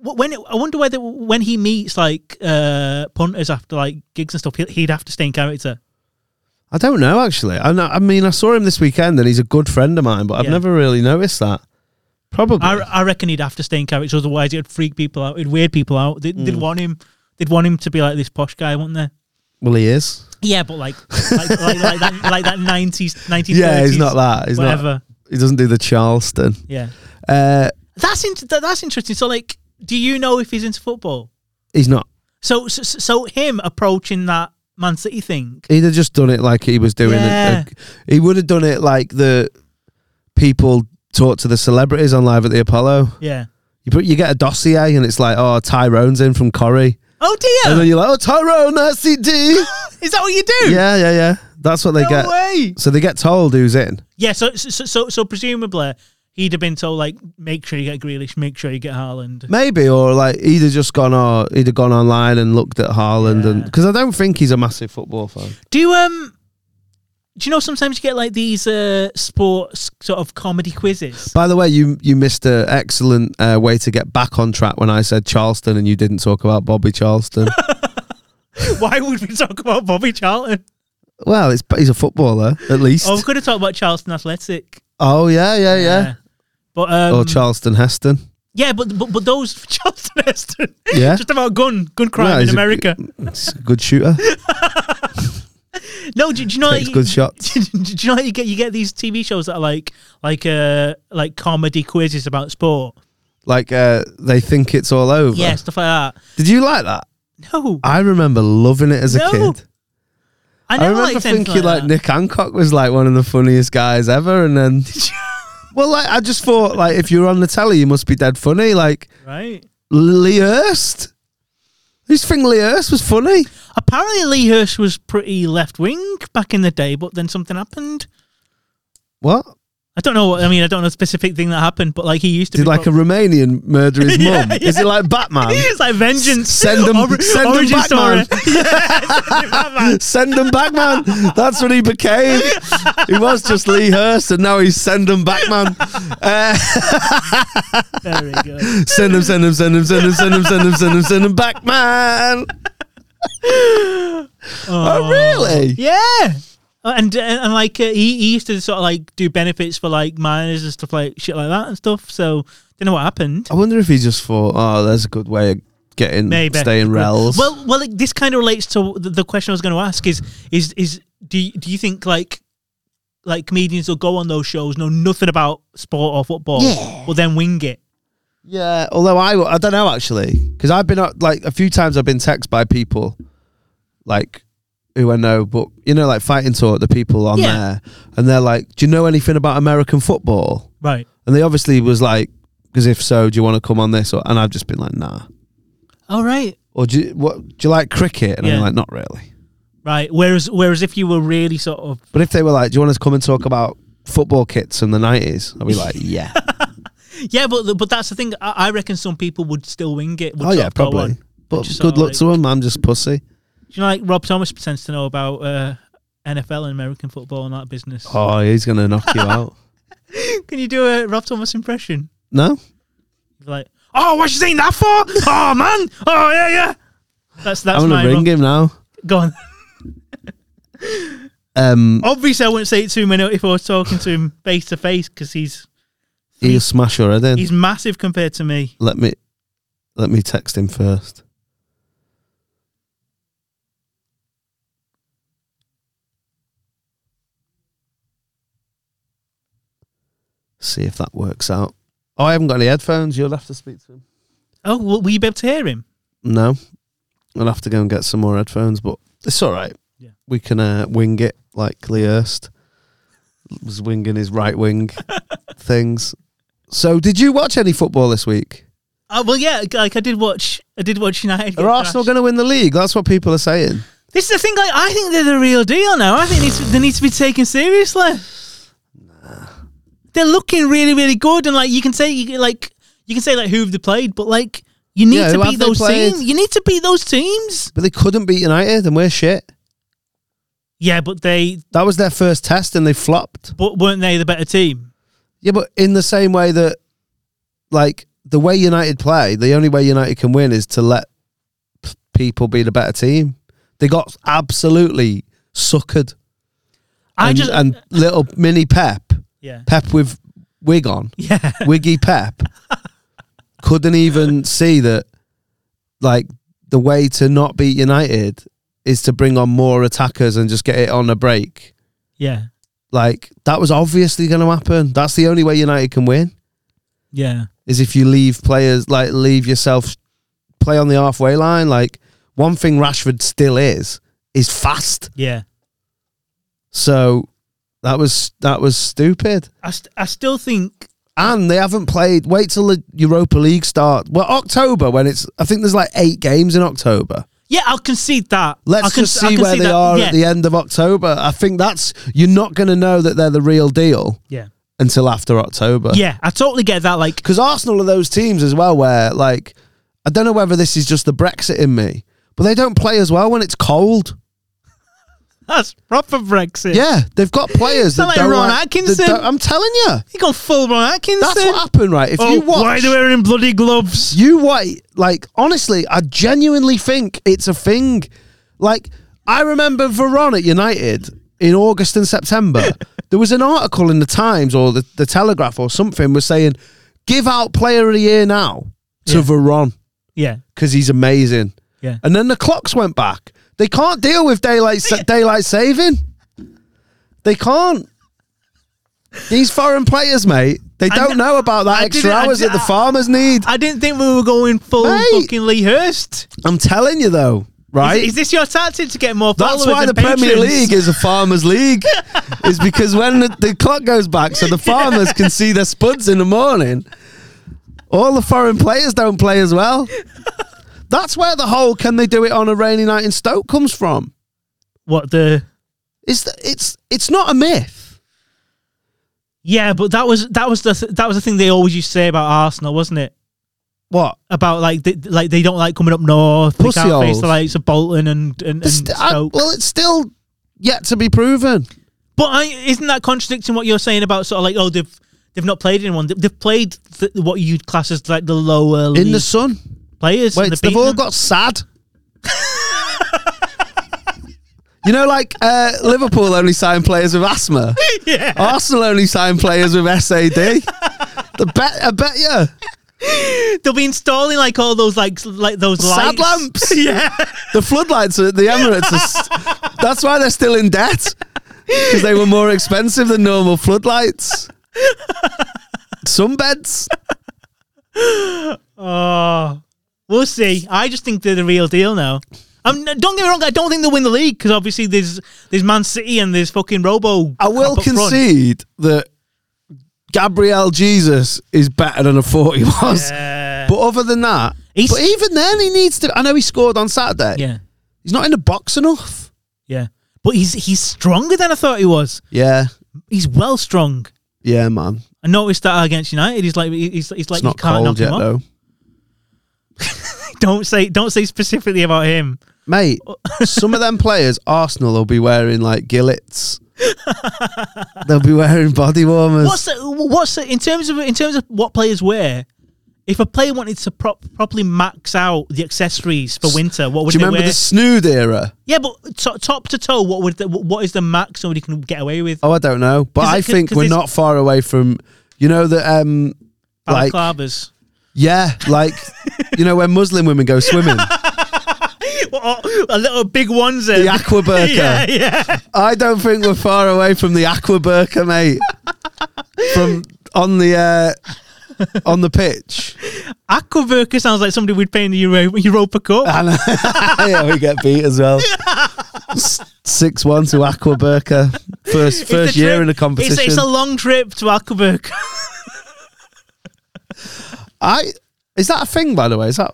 when I wonder whether when he meets like uh, punters after like gigs and stuff, he- he'd have to stay in character. I don't know actually. I know, I mean, I saw him this weekend, and he's a good friend of mine, but I've Yeah. never really noticed that. Probably. I, I reckon he'd have to stay in character, otherwise it'd freak people out, it'd weird people out. They'd, they'd Mm. want him, they'd want him to be like this posh guy, wouldn't they? well, he is. Yeah, but like like, like, (laughs) like that like that nineties nineteen Yeah, he's not that. He's whatever. not. He doesn't do the Charleston. Yeah, Uh, that's in, that, that's interesting. So like, do you know if he's into football? he's not. So, so, so him approaching that Man City thing. He'd have just done it like he was doing. a- a- Yeah. he would have done it like the people talk to the celebrities on live at the Apollo. Yeah. You put, you get a dossier and it's like, oh, Tyrone's in from Corrie, Oh and dear! then you're like, oh, Tyrone, that's the (laughs) D. Is that what you do? yeah, yeah, yeah. That's what they No get. way. So they get told who's in. Yeah. So, so, so, so presumably he'd have been told like, make sure you get Grealish, make sure you get Haaland. Maybe, or like he'd have just gone, or he'd have gone online and looked at Haaland, and Yeah. because I don't think he's a massive football fan. Do you, um, do you know sometimes you get like these uh sports sort of comedy quizzes? By the way, you you missed an excellent uh, way to get back on track when I said Charleston and you didn't talk about Bobby (laughs) Charleston. Why would we talk about Bobby Charlton? well, it's he's a footballer at least. Oh, we could have talked about Charlton Athletic. Oh yeah, yeah, Oh, yeah. But um, Or Charleston Heston. yeah, but, but but those (laughs) Charlton Heston, (laughs) Yeah. just about gun gun crime No, in he's a- America. It's a good shooter. No, do, do you know? Takes that good you- (laughs) shots. Do, you know that you get you get these TV shows that are like like uh like comedy quizzes about sport? like uh, they think it's all over. Yeah, stuff like that. Did you like that? No, I I, remember loving it as a No. kid. I never remember liked anything thinking like, that. Nick Hancock was like one of the funniest guys ever, and then well, like I just thought like if you're on the telly, you must be dead funny. Like (laughs) right? Lee Hurst, I used to think Lee Hurst was funny. Apparently, Lee Hirsch was pretty left wing back in the day, but then something happened. What I don't know. what I mean, I don't know the specific thing that happened, but like he used to did be like a pro- Romanian murder his (laughs) Yeah, mum? Is it like Batman? it's like vengeance. Send 'em- Ori- send 'em origin back, story. (laughs) man. Yeah, send 'em back, (laughs) man. Send him back, man. That's what he became. He was just Lee Hurst, and now he's send him back, man. Uh, There we go. send him, send him, send him, send him, send him, send him, send him, send him back, man. (laughs) Oh, really? Yeah. Uh, And, and and like uh, he, he used to sort of like do benefits for like miners and stuff like shit like that and stuff. So don't know what happened. I wonder if he just thought, oh, there's a good way of getting Maybe staying rels. Well, well, like, this kind of relates to the, the question I was going to ask: is is is do you, do you think like like comedians will go on those shows know nothing about sport or football, but then wing it? yeah. Although I, I don't know actually, because I've been uh, like a few times I've been texted by people, like who I know, but you know, like fighting talk, the people on Yeah. there, and they're like, do you know anything about American football? Right. And they obviously was like, because if so, do you want to come on this? Or, and I've just been like, nah. All right. Or do you, what? Do you like cricket? And Yeah. I'm like, not really. Right. Whereas whereas if you were really sort of But if they were like, do you want to come and talk about football kits from the nineties? I'd be like, (laughs) yeah. yeah, but but that's the thing. I, I reckon some people would still wing it. would oh sort yeah, of go probably. on. But Just good sorta luck like- to them. I'm just pussy. Do you know, like Rob Thomas pretends to know about uh, NFL and American football and that business. Oh, he's gonna knock you (laughs) out. Can you do a Rob Thomas impression? No, Like, oh, what you saying that for? oh man, oh yeah, yeah. That's that's I'm my gonna ring Rob- him now. Go on. Um, Oh, Obviously, I wouldn't say it to him if I was talking to him face to face because he's He'll smash her head in. He's massive compared to me. let me let me text him first. See if that works out. Oh, I haven't got any headphones. You'll have to speak to him. Oh, will, will you be able to hear him? No, I'll have to go and get some more headphones. But it's all right. Yeah. We can uh, wing it like Lee Hurst was winging his right wing things. So, did you watch any football this week? Uh, well, yeah, like I did watch, I did watch United. get Are Arsenal thrashed. going to win the league? That's what people are saying. This is the thing. Like, I think they're the real deal now. I think they need to, they need to be taken seriously. They're looking really, really good, and like you can say, you can, like you can say, like who've they played, but like you need Yeah, to who beat have they those played? teams. You need to beat those teams. But they couldn't beat United, and we're shit. Yeah, but they, That was their first test, and they flopped. but weren't they the better team? Yeah, but in the same way that, like, the way United play, the only way United can win is to let p- people be the better team. They got absolutely suckered. I and, just, and little mini Pep, yeah, (laughs) Pep with wig on, yeah. Wiggy (laughs) Pep couldn't even see that like the way to not beat United is to bring on more attackers and just get it on a break. Yeah, Like that was obviously going to happen. That's the only way United can win yeah, is if you leave players like leave yourself play on the halfway line. Like one thing Rashford still is is fast. yeah. So that was that was stupid. I, st- I still think and they haven't played. Wait till the Europa League start. Well, October when it's. I think there's like eight games in October. Yeah, I'll concede that. Let's I'll con- just I'll see where concede they that. are yeah. at the end of October. I think that's you're not going to know that they're the real deal Yeah, until after October. yeah, I totally get that. Like, (laughs) because Arsenal are those teams as well where like I don't know whether this is just the Brexit in me, but they don't play as well when it's cold. that's proper Brexit. Yeah, they've got players that Sound like don't. like- Ron that Atkinson. don't- I'm telling you, He gone full Ron Atkinson. that's what happened. Right, if oh, you watch, why are they wearing bloody gloves? You white, like honestly, I genuinely think it's a thing. Like I remember Veron at United in August and (laughs) September. there was an article in the Times or the, the Telegraph or something was saying, "Give out Player of the Year now to Yeah. Veron Yeah, because he's amazing." yeah. And then the clocks went back. They can't deal with daylight (laughs) sa- daylight saving. They can't. These foreign players, mate, they I don't kn- know about that I extra didn't- I hours di- that the I- farmers need. I didn't think we were going full Mate. fucking Lee Hurst. I'm telling you though, right? Is, is this your tactic to get more followers? That's why the and Premier patrons? League is a farmers' (laughs) league, is because when the, the clock goes back, so the farmers can see their spuds in the morning. All the foreign players don't play as well. That's where the whole "can they do it on a rainy night in Stoke" comes from. What the? It's th- it's it's not a myth. Yeah, but that was that was the th- that was the thing they always used to say about Arsenal, wasn't it? What? About like they, like they don't like coming up north. They Pussy can't face holes. the likes of Bolton and and, and It's st- I- Stoke. well, it's still yet to be proven. But I, isn't that contradicting what you're saying about sort of like oh they've they've not played anyone They- they've played th- what you'd class as like the lower In league the sun, players. Wait, and they've beaten all them. got sad. you know, like uh, Liverpool only sign players with asthma. (laughs) yeah. Arsenal only sign players with SAD. The bet, I bet you, They'll be installing like all those like s- like those Sad lights. lamps. (laughs) yeah, the floodlights at the Emirates. Are s- that's why they're still in debt because they were more expensive than normal floodlights. Sunbeds. (laughs) Oh, we'll see. I just think they're the real deal now. Um, n- don't get me wrong. I don't think they'll win the league because obviously there's there's Man City and there's fucking Robo. I will up front. concede that Gabriel Jesus is better than a forty was. Yeah. But other than that, He's- but even then, he needs to. I know he scored on Saturday. yeah, He's not in the box enough. yeah. But he's he's stronger than I thought he was. Yeah, He's well strong. yeah, man. I noticed that against United. He's like he's he's It's like you not can't knock cold him yet, off. though, Don't say don't say specifically about him. (laughs) mate. some of them players, Arsenal, will be wearing like gillets. They'll be wearing body warmers. What's the, what's the, in terms of in terms of what players wear? If a player wanted to prop, properly max out the accessories for winter, what would Do you they remember wear? the snood era? Yeah, but to, top to toe, what would the, what is the max somebody can get away with? Oh, I don't know, but 'Cause it- I 'cause- think 'cause we're it's- not far away from You know that, um, like, Balaclavas. (laughs) yeah, like, you know, when Muslim women go swimming, Oh, a little big ones in. the aqua burqa. (laughs) (laughs) yeah, yeah. I don't think we're far away from the aqua burqa, mate. From on the uh, on the pitch, Aquaverka sounds like somebody we'd pay in the Euro- Europa Cup. and (laughs) yeah, we get beat as well. (laughs) Six one to aqua burqa. First It's the first year trip- in a it's- competition. It's, a long trip to Aquaverka. I is that a thing by the way? Is that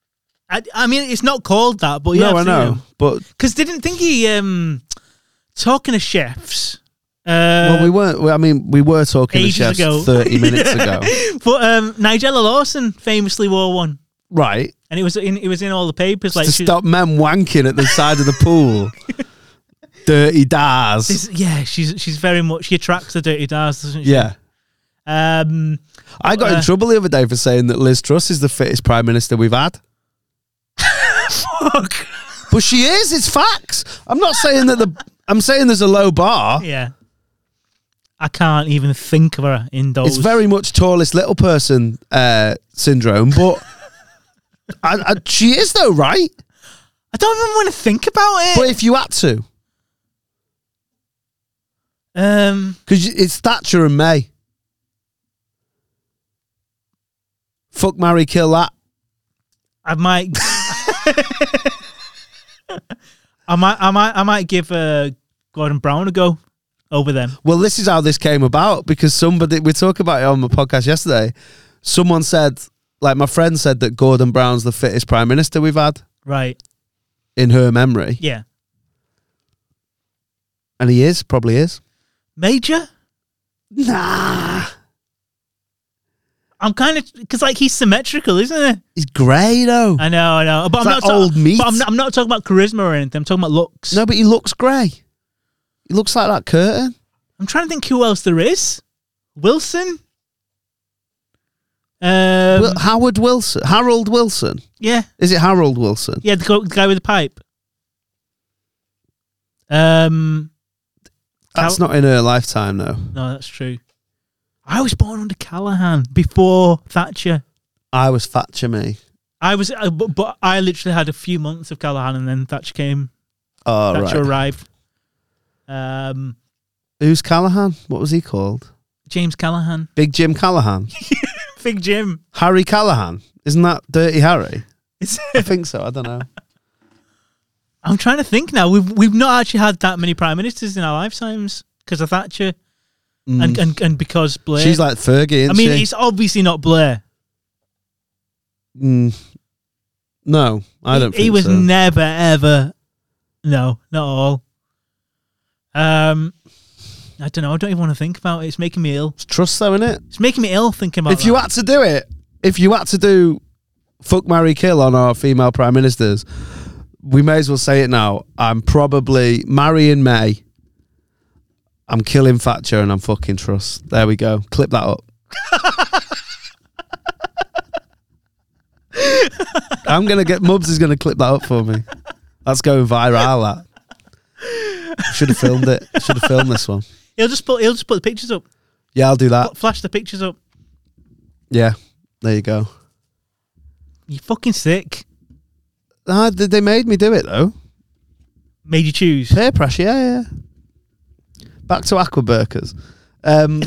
(laughs) I, I mean, it's not called that, but yeah, no? I know, but Because didn't think he um talking to chefs. Uh, well, we weren't. well, I mean, we were talking to ages chefs ago. (laughs) thirty minutes ago, but um, Nigella Lawson famously wore one, right? and it was in it was in all the papers. Like to she- stop men wanking at the side of the (laughs) pool. Dirty dars. This- yeah, she's she's very much she attracts the dirty dars, doesn't she? Yeah. Um, I got Uh, in trouble the other day for saying that Liz Truss is the fittest prime minister we've had. fuck. But she is, it's facts. I'm not saying that the I'm saying there's a low bar. Yeah. I can't even think of her in those. It's very much tallest little person uh, syndrome, but I, I, she is though, right? I don't even want to think about it. But if you had to, um, because it's Thatcher and May. Fuck Mary, kill that. I might. (laughs) I might, I might, I might give uh, Gordon Brown a go over them. Well, this is how this came about because somebody we talked about it on the podcast yesterday. Someone said, like my friend said, that Gordon Brown's the fittest prime minister we've had Right? in her memory, Yeah. and he is probably is. Major. Nah, I'm kind of because like he's symmetrical, isn't he? he's grey though. I know, I know. But It's I'm like not old talking. meat. But I'm not, I'm not talking about charisma or anything. I'm talking about looks. no, but he looks grey. He looks like that curtain. I'm trying to think who else there is. Wilson. Um, Wil- Howard Wilson, Harold Wilson. yeah, Is it Harold Wilson? yeah, the, go- the guy with the pipe. Um, That's How- not in her lifetime though. no, that's true. I was born under Callahan before Thatcher. I was Thatcher me. I was, uh, but, but I literally had a few months of Callahan, and then Thatcher came. Oh Thatcher right. arrived. Um, Who's Callahan? What was he called? James Callahan, Big Jim Callahan. (laughs) Big Jim. Harry Callahan. Isn't that Dirty Harry? It's- I (laughs) think so. I don't know. (laughs) I'm trying to think now. We've we've not actually had that many prime ministers in our lifetimes because of Thatcher and, and and because Blair. Mm. She's like Fergie. Isn't I mean, she? it's obviously not Blair. Mm. no, I don't. He, he think was so. never ever. No, not at all. Um, I don't know. I don't even want to think about it. It's making me ill. It's trust though, innit? It's making me ill thinking about. If you that. had to do it, if you had to do fuck Mary Kill on our female prime ministers, we may as well say it now. I'm probably marrying May. I'm killing Thatcher and I'm fucking Trust. There we go. Clip that up. (laughs) I'm gonna get Mubs is gonna clip that up for me. That's going viral. That should have filmed it. Should have filmed this one. he'll just put he'll just put the pictures up, Yeah, I'll do that. Put- flash the pictures up. Yeah, there you go. You fucking sick. Ah, they they made me do it though. Made you choose. Peer pressure, yeah, yeah. Back to aqua burkers. Um,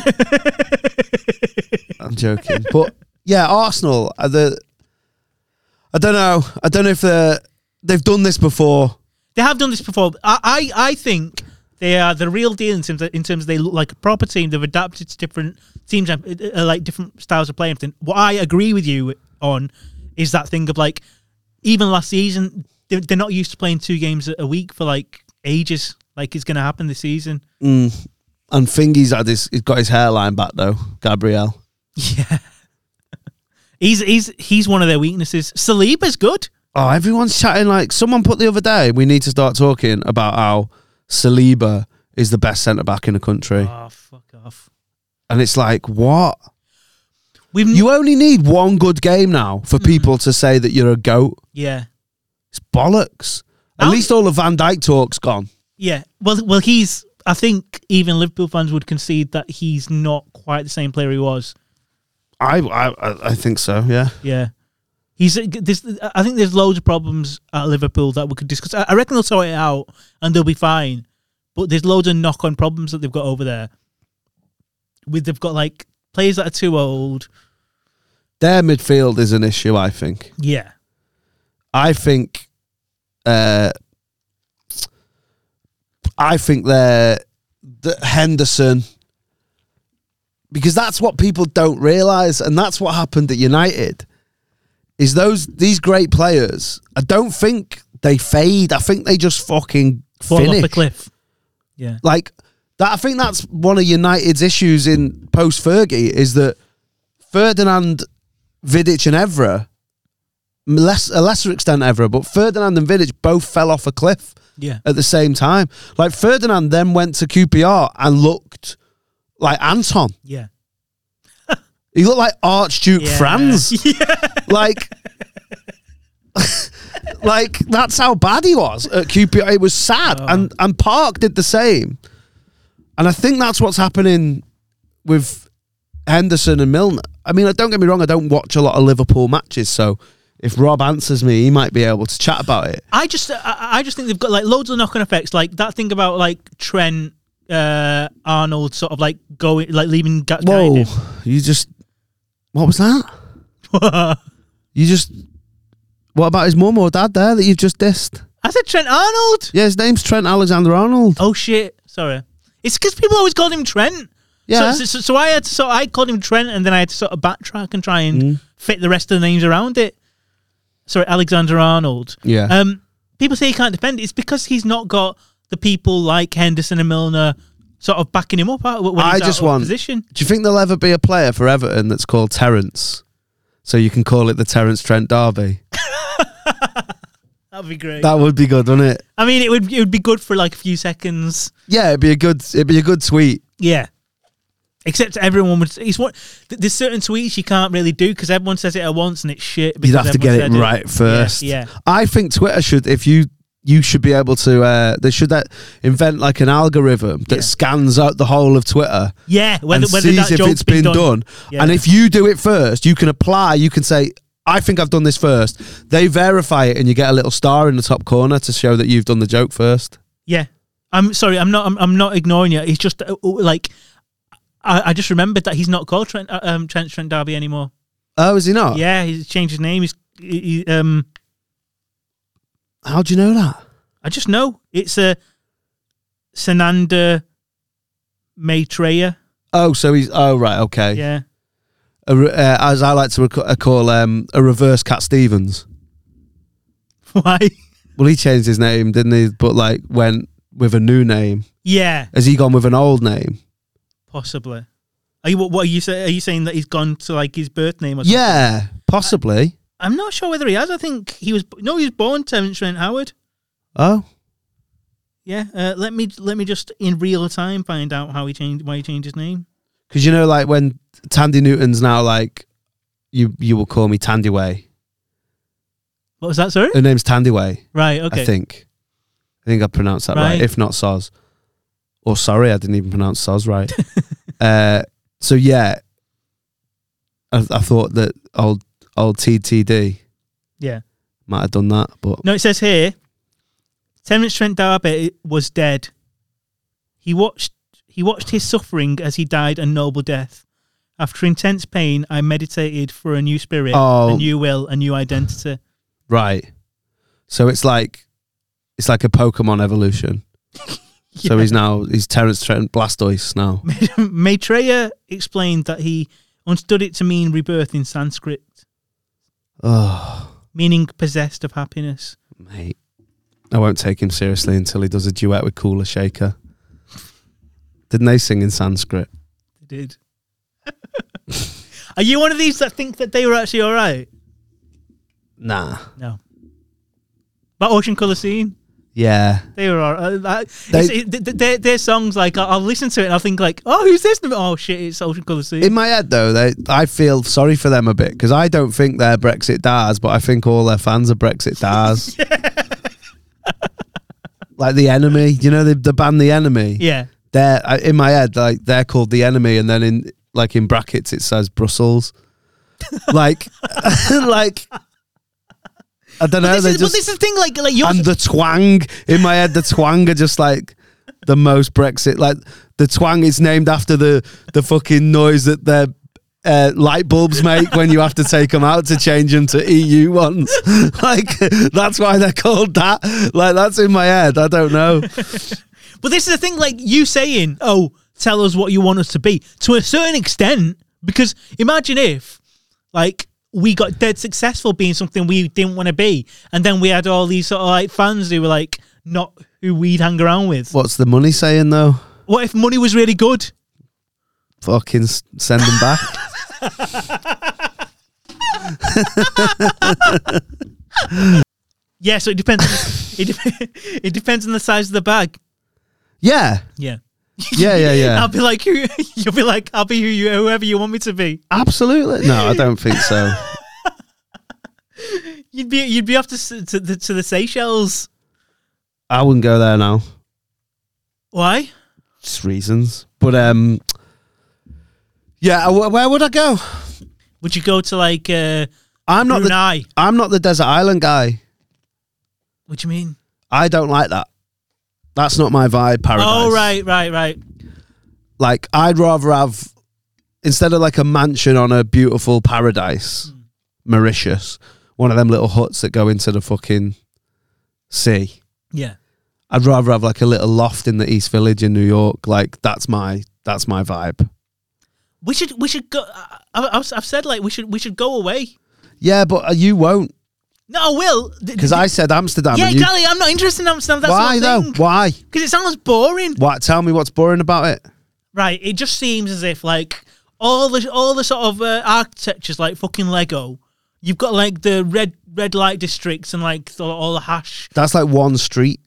I'm joking, but yeah, Arsenal. Are the I don't know. I don't know if they they've done this before. They have done this before. I, I, I think they are the real deal in terms of, in terms of they look like a proper team. They've adapted to different teams, uh, uh, like different styles of play. and Everything. What I agree with you on is that thing of like even last season they- they're not used to playing two games a- a week for like ages. Like it's going to happen this season. And Fingy's had his, he's got his hairline back though, Gabriel. Yeah. He's, he's he's one of their weaknesses. Saliba's good. Oh, everyone's chatting like someone put the other day. We need to start talking about how Saliba is the best centre back in the country, Oh fuck off. and it's like what? We've You only need one good game now for people to say that you're a goat. yeah. It's bollocks. At How- least all the Van Dyke talk's gone. Yeah. Well, well, he's I think even Liverpool fans would concede that he's not quite the same player he was. I, I I think so. Yeah. Yeah. He's this. I think there's loads of problems at Liverpool that we could discuss. I I reckon they'll sort it out and they'll be fine. But there's loads of knock-on problems that they've got over there. With they've got like players that are too old. Their midfield is an issue. I think. Yeah, I think. Uh, I think they're the Henderson. Because that's what people don't realize, and that's what happened at United. Is those these great players? I don't think they fade. I think they just fucking fall off finish. the cliff. Yeah, Like that, I think that's one of United's issues in post Fergie is that Ferdinand, Vidic, and Evra, less a lesser extent Evra, but Ferdinand and Vidic both fell off a cliff yeah, at the same time. Like Ferdinand then went to QPR and looked like Anton. yeah. He looked like Archduke (laughs) Yeah. Franz. Like, (laughs) like that's how bad he was at QPR. It was sad, Oh. and and Park did the same. And I think that's what's happening with Henderson and Milner. I mean, don't get me wrong. I don't watch a lot of Liverpool matches, so if Rob answers me, he might be able to chat about it. I just, I, I I just think they've got like loads of knock-on effects, like that thing about like Trent, uh, Arnold, sort of like going, like leaving. Ga- Whoa, behind him. you just what was that? You just what about his mum or dad there that you've just dissed? (laughs) I said Trent Arnold. Yeah, his name's Trent Alexander Arnold. Oh shit! Sorry, it's because people always called him Trent. Yeah. So, so, so I had to, so I called him Trent, and then I had to sort of backtrack and try and Mm. fit the rest of the names around it. Sorry, Alexander Arnold. Yeah. Um, people say he can't defend. It's because he's not got the people like Henderson and Milner sort of backing him up. out- When he's I out just of want- position. Do you think there'll ever be a player for Everton that's called Terence? So you can call it the Terence Trent Derby. That'd be great. That would be good, wouldn't it? I mean, it would it would be good for like a few seconds. Yeah, it'd be a good it'd be a good tweet. Yeah. Except everyone would. It's what th- there's certain tweets you can't really do because everyone says it at once and it's shit. You'd because have to everyone get it said right first. yeah. I think Twitter should if you you should be able to uh they should uh, invent like an algorithm that Yeah. scans out the whole of Twitter Yeah, whether, and whether sees that if joke's it's been done. Yeah. And if you do it first, you can apply, you can say, I think I've done this first. They verify it and you get a little star in the top corner to show that you've done the joke first. Yeah, I'm sorry. I'm not. I'm, I'm not ignoring you. It's just uh, uh, like I, I just remembered that he's not called Trent uh, um, Trent Trent Darby anymore. Oh, is he not? Yeah, he's changed his name. He's he, he, um. How do you know that? I just know it's uh, a Sananda Maitreya. Oh, so he's oh right, okay. Yeah, (laughs) A re- uh, as I like to rec- uh, call um, a reverse Cat Stevens. why? Well, he changed his name, didn't he? But like went with a new name. Yeah, Has he gone with an old name? possibly. Are you what, what are you say? Are you saying that he's gone to like his birth name or something? Yeah, possibly. I'm not sure whether he has. I think he was no, he was born Terence Trent Howard. Oh, Yeah, uh, let me let me just in real time find out how he changed why he changed his name. because you know, like when Tandy Newton's now like you you will call me Tandy Way. What was that, sorry? Her name's Tandy Way, right, okay. Uh, I think. I think I pronounced that right. Right. If not Soz, or sorry, I didn't even pronounce Soz (laughs) right. uh, so yeah, I, I thought that old old TTD Yeah. might have done that, but No, it says here Terence Trent D'Arby was dead. He watched he watched his suffering as he died a noble death. After intense pain, I meditated for a new spirit, Oh. a new will, a new identity. right. So it's like it's like a Pokemon evolution. (laughs) So (laughs) he's now he's Terence Trent Blastoise now. Maitreya explained that he understood it to mean rebirth in Sanskrit, Oh, meaning possessed of happiness. mate. I won't take him seriously until he does a duet with Kula Shaker. Didn't they sing in Sanskrit? They did. (laughs) Are you one of these that think that they were actually all right? Nah. No. But Ocean Colour Scene, Yeah. they were all uh, right. They- their, their songs, like, I'll, I'll listen to it and I'll think, like, oh, who's this? Oh, shit, it's Ocean Colour Scene. In my head, though, they, I feel sorry for them a bit because I don't think they're (laughs) Brexit dars, but I think all their fans are Brexit dars. like the enemy. You know the the band the enemy. Yeah. They're I- in my head like they're called the enemy, and then in like in brackets it says (laughs) Brussels. like, (laughs) like I don't know. This they is, but just this is the thing, like, like you're, and the twang in my head. The twang are just like the most Brexit. Like the twang is named after the the fucking noise that their uh, light bulbs make when you have to take them out to change them to EU ones. (laughs) like that's why they're called that. Like that's in my head. I don't know. but this is the thing, like you saying, "Oh, tell us what you want us to be." To a certain extent, because imagine if, like, we got dead successful being something we didn't want to be, and then we had all these sort of like fans who were like not who we'd hang around with. What, What's the money saying though? if money was really good? Fucking s- send them back. Yeah, so it depends. it, dep- (laughs) it depends on the size of the bag. Yeah, Yeah. yeah, yeah, I'll yeah. be like who (laughs) you'll be like I'll be who you whoever you want me to be. Absolutely. No, I don't think so. You'd be you'd be off to s- to the, to the Seychelles. I wouldn't go there now. Why? Just reasons. But um, yeah. wh- Where would I go? Would you go to like uh, I'm not the Brunei? I'm not the desert island guy. what do you mean? I don't like that. That's not my vibe. Paradise. Oh right, right, right. Like I'd rather have instead of like a mansion on a beautiful Hmm. paradise, Mauritius, one of them little huts that go into the fucking sea. Yeah. I'd rather have like a little loft in the East Village in New York. Like that's my that's my vibe. We should we should go. I, I, I've I've said like we should we should go away. Yeah, but uh, you won't No, I will. Th- th- because I said Amsterdam. yeah, and you, exactly. I'm not interested in Amsterdam. That's why the though? thing. Why? Because it sounds boring. What? Tell me what's boring about it. Right. It just seems as if like all the all the sort of uh, architectures like fucking Lego. You've got like the red red light districts and like the, all the hash. That's like one street.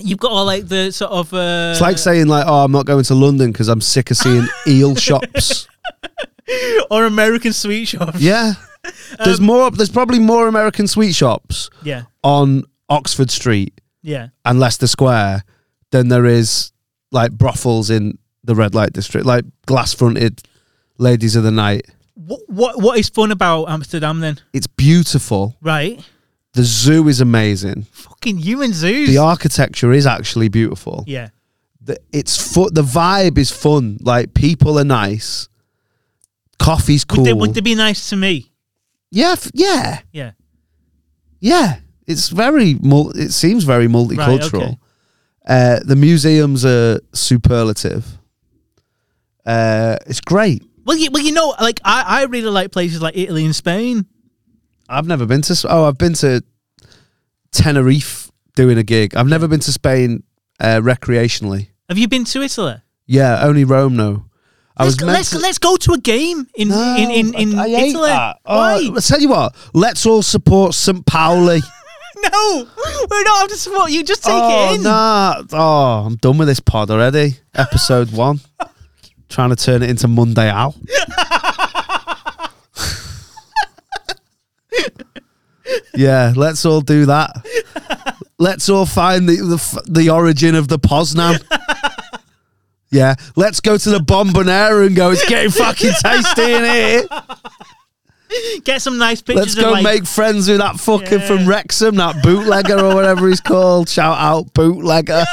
You've got all like the sort of. Uh, It's like saying like, oh, I'm not going to London because I'm sick of (laughs) seeing eel shops. or American sweet shops. Yeah, there's Um, more. There's probably more American sweet shops (laughs) Yeah. on Oxford Street Yeah. and Leicester Square than there is like brothels in the red light district, like glass fronted ladies of the night. What, what what is fun about Amsterdam then? It's beautiful. Right. The zoo is amazing. Fucking human zoos. (laughs) The architecture is actually beautiful. yeah. the, it's fun. The vibe is fun. Like people are nice. Coffee's cool. Would, they, would they be nice to me? yeah, f- yeah, Yeah. yeah. It's very. Mul- it seems very multicultural. okay. uh, the museums are superlative. Uh, it's great. Well, you, well, you know, like I, I really like places like Italy and Spain. I've never been to. S- Oh, I've been to Tenerife doing a gig. I've never been to Spain uh, recreationally. Have you been to Italy? Yeah, only Rome. No, I Let's was go, meant let's, to- let's go to a game in No, in in, in Um, I- I hate Italy. that. Oh, Why? (laughs) I'll tell you what, let's all support St. Pauli. No, we're not have to support you. Just take oh, it in. nah. Oh, I'm done with this pod already. Episode (laughs) one. Trying to turn it into Monday out. (laughs) yeah, let's all do that. Let's all find the, the f- the origin of the (laughs) Poznan. Yeah, let's go to the Bombonera and go. It's getting fucking tasty in here. Get some nice Let's pictures. go of, like, make friends with that fucking Yeah. from Wrexham, that bootlegger or whatever he's called. Shout out (laughs) bootlegger.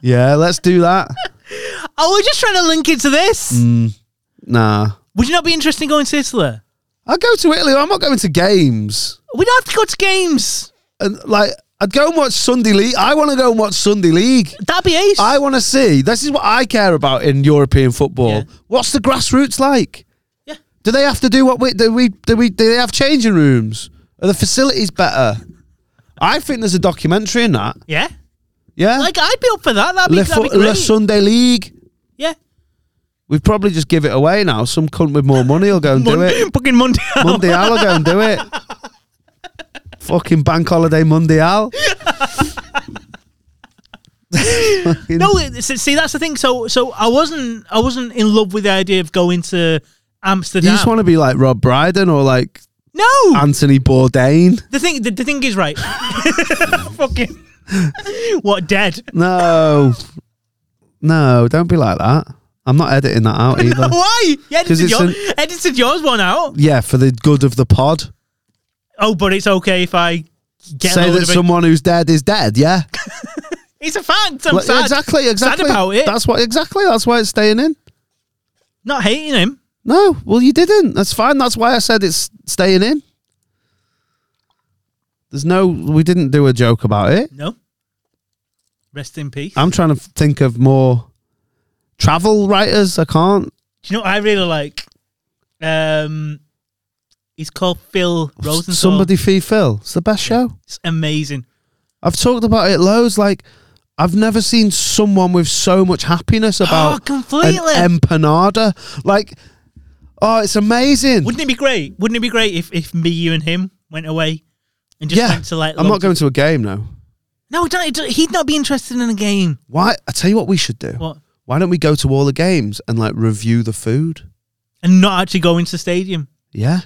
yeah, let's do that. Oh, we're just trying to link it to this. Mm. Nah. Would you not be interested in going to Italy? I'll go to Italy. I'm not going to games. We don't have to go to games. And like I'd go and watch Sunday League. I want to go and watch Sunday League. That'd be ace. I want to see. This is what I care about in European football. Yeah. What's the grassroots like? Yeah. Do they have to do what we do? We do we do they have changing rooms? Are the facilities better? I think there's a documentary in that. yeah. Yeah. Like I'd be up for that. That'd be, Le, that'd be Fu- Le great. Sunday League. yeah. We'd probably just give it away now. Some cunt with more money will go and do it. (laughs) Fucking Monday. Monday Al will go and do (laughs) it. Fucking bank holiday Monday (laughs) Al. Fucking- No, it- s- see that's the thing. So, so I wasn't, I wasn't in love with the idea of going to You Amsterdam. just want to be like Rob Brydon or like No, Anthony Bourdain. the thing the, the thing is right. (laughs) Fucking (laughs) what dead? (laughs) No, no, don't be like that. I'm not editing that out (laughs) either. Why? You 'Cause edited, it's your, an- edited yours one out. Yeah, for the good of the pod. Oh, but it's okay if I get a Say load that of it. someone who's dead is dead. Yeah, It's a fact. I'm Like, sad. exactly, exactly. about it. That's what exactly. That's why it's staying in. Not hating him. No, well, you didn't. That's fine. That's why I said it's staying in. There's no, we didn't do a joke about it. No. Rest in peace. I'm trying to think of more travel writers. I can't. Do you know what I really like? Um, he's called Phil Rosenthal. Somebody fee Phil. It's the best show. It's amazing. I've talked about it loads. Like, I've never seen someone with so much happiness Oh, about completely. an empanada. Like, oh, it's amazing. Wouldn't it be great? Wouldn't it be great if, if me, you, and him went away and just yeah, went to like? I'm not loads- going to a game now. No, don't, don't- he'd not be interested in a game. Why? I tell you what we should do. What? Why don't we go to all the games and like review the food? And not actually go into the stadium. Yeah.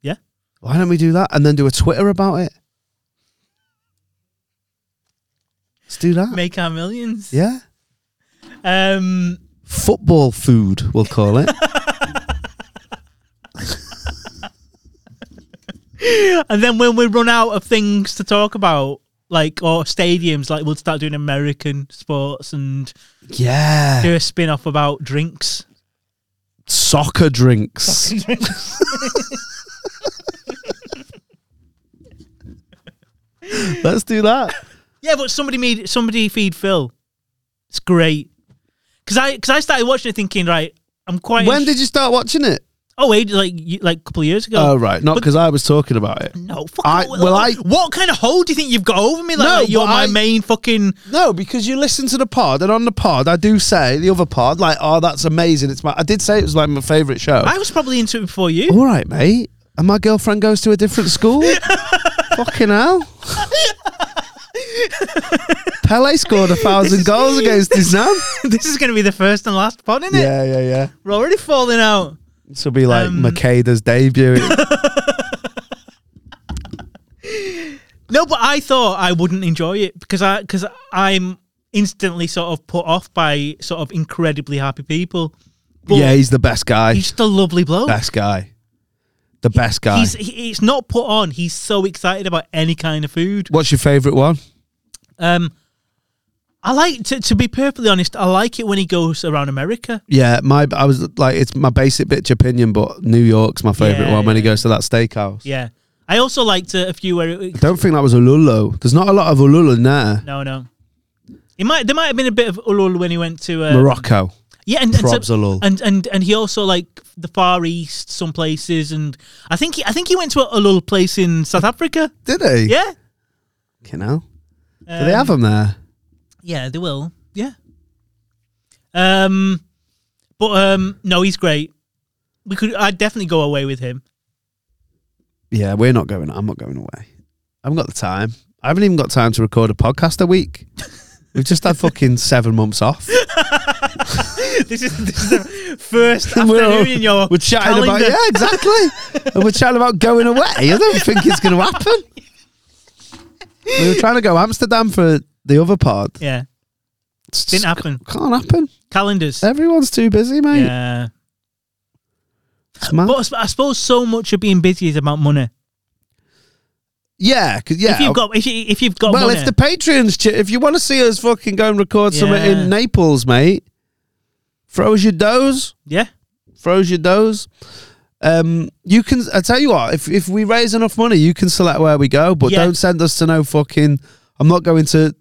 Yeah. Why don't we do that and then do a Twitter about it? Let's do that. Make our millions. Yeah. Um. Football food, we'll call (laughs) it. And then when we run out of things to talk about, like or stadiums, like we'll start doing American sports and yeah. do a spin off about drinks. Soccer drinks. (laughs) Let's do that. Yeah, but somebody made somebody feed Phil. It's great because I because I started watching it thinking right. I'm quite. When did you start watching it? oh wait, like you- like a couple of years ago. Oh, right. Not But- because I was talking about it. no, fuck. I- what, well, I- what kind of hold do you think you've got over me? Like, No, like, you're but my I- main fucking. No, because you listen to the pod, and on the pod, I do say the other pod, like, oh, that's amazing. It's my. I did say it was like my favorite show. I was probably into it before you. all right, mate. And my girlfriend goes to a different school. (laughs) Fucking hell. Pele scored a thousand goals against his (laughs) nan. this is going to be the first and last pod, isn't it? Yeah, yeah, yeah. We're already falling out. This will be like Um, Makeda's (laughs) debut. No, but I thought I wouldn't enjoy it because I because I'm instantly sort of put off by sort of incredibly happy people. But yeah, he's the best guy. he's just a lovely bloke. best guy. The best guy. He's he, it's not put on. He's so excited about any kind of food. What's your favorite one? Um, I like to to be perfectly honest. I like it when he goes around America. Yeah, my I was like it's my basic bitch opinion, but New York's my favorite Yeah, one when he yeah. goes to that steakhouse. Yeah, I also liked uh, a few where it, Don't think that was Ululu. There's not a lot of Ululu in there. no no. It might there might have been a bit of ulul when he went to uh, Morocco. Yeah, and and, Probs a lull. and and and he also like the Far East, some places, and I think he I think he went to a, a little place in (laughs) South Africa. Did he? Yeah, You know? Do Um, they have him there? Yeah, they will. Yeah. Um, but um, no, he's great. We could. I'd definitely go away with him. (laughs) Yeah, we're not going. I'm not going away. I haven't got the time. I haven't even got time to record a podcast a (laughs) week. We've just had fucking seven months off. this is this is the (laughs) first And we're all- afternoon in your We're chatting about calendar. yeah, exactly. (laughs) and we're chatting about going away. I don't think it's going to happen. We were trying to go Amsterdam for the other part. Yeah, didn't happen. Can't happen. Calendars. Everyone's too busy, mate. Yeah, It's mad. but I sp- I suppose so much of being busy is about money. yeah, 'cause- yeah. If you've got if you if you've got well, money, if the patrons, ch- if you want to see us fucking go and record something Yeah. in Naples, mate, throw us your doughs. yeah, throws your doughs. Um, you can. I tell you what, if if we raise enough money, you can select where we go, but Yeah. don't send us to no fucking. I'm not going to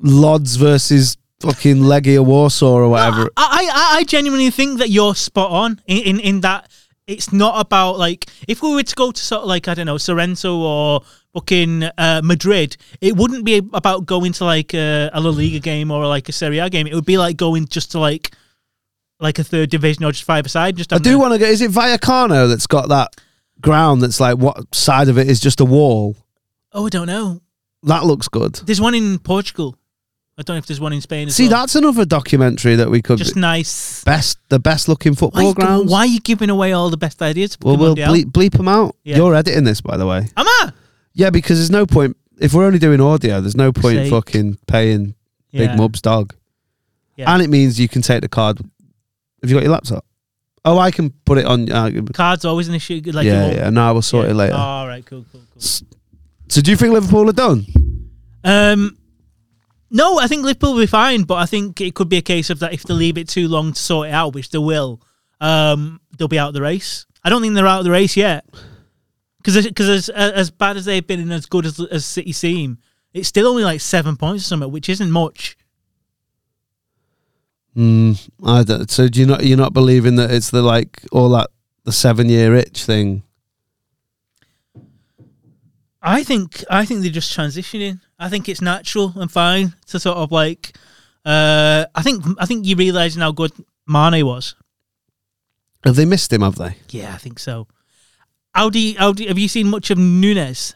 Lodz versus fucking Legia Warsaw or whatever. I, I, I genuinely think that you're spot on in, in, in that it's not about like if we were to go to sort of like I don't know Sorrento or fucking uh, Madrid, it wouldn't be about going to like a, a La Liga game or like a Serie A game. It would be like going just to like like a third division or just five aside. Just I do having want to go. Is it Viacano that's got that ground that's like what side of it is just a wall? a- oh, I don't know. That looks good. There's one in Portugal. I don't know if there's one in Spain. As See, well. that's another documentary that we could just nice. best the best looking Why, are football you go- grounds. why are you giving away all the best ideas? For Well, we'll Pokemon DL? bleep, bleep them out. Yeah. You're editing this, by the way. Am I? Yeah, because there's no point if we're only doing audio. There's no point Sake. fucking paying Yeah. Big Mub's dog. Yeah. And it means you can take the card. Have you got your laptop? Oh, I can put it on. Uh, Cards always an issue. Like you yeah, won't- yeah. No, I will sort yeah. Oh. it later. All right, cool, cool, cool. So, do you think Liverpool are done? Um, no, I think Liverpool will be fine, but I think it could be a case of that if they leave it too long to sort it out, which they will, um, they'll be out of the race. I don't think they're out of the race yet, because because as as bad as they've been and as good as as City seem, it's still only like seven points or something, which isn't much. Mm, I don't. So, do you not? You're not believing that it's the like all that the seven year itch thing. I think I think they're just transitioning. I think it's natural and fine to sort of like. Uh, I think I think you realising how good Mane was. Have they missed him? Have they? Yeah, I think so. How do you, how do you- have you seen much of Nunes?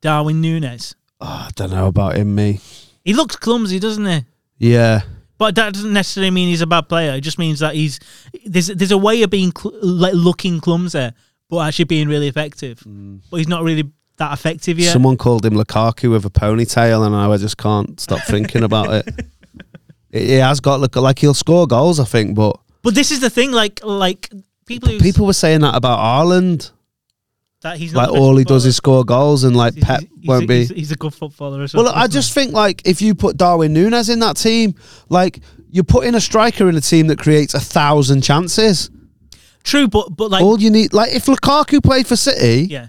Darwin Nunes. Oh, I don't know about him. Me. He looks clumsy, doesn't he? Yeah. But that doesn't necessarily mean he's a bad player. It just means that he's there's there's a way of being cl- like looking clumsy, but actually being really effective. But he's not really that effective yet. Mm. Someone called him Lukaku with a ponytail, and I just can't stop thinking about (laughs) it. It- He has got look like he'll score goals, I think, but but this is the thing, like like people who people were saying that about Ireland. that he's not Like the best all he does footballer. is score goals, and like He's- Pep he's- won't he's, be. He's, he's a good footballer. As well, I isn't he? just think like if you put Darwin Nunes in that team, like you're putting a striker in a team that creates a thousand chances. true, but but like all you need, like if Lukaku played for City, yeah.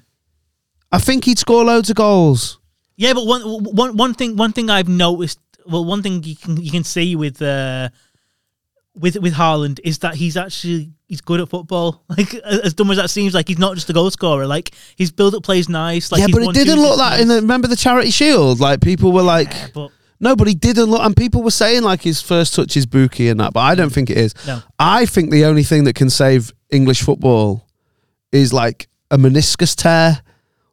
I think he'd score loads of goals. Yeah, but one one one thing one thing I've noticed, well, one thing you can you can see with uh, with with Haaland is that he's actually he's good at football. (laughs) Like as as dumb as that seems, like he's not just a goal scorer. Like his build up plays nice. Like yeah, he's but it won didn't two look that. In the, remember the charity shield, like people were like. Yeah, but No, but he didn't look, and people were saying like his first touch is booky and that, but I don't think it is. No. I think the only thing that can save English football is like a meniscus tear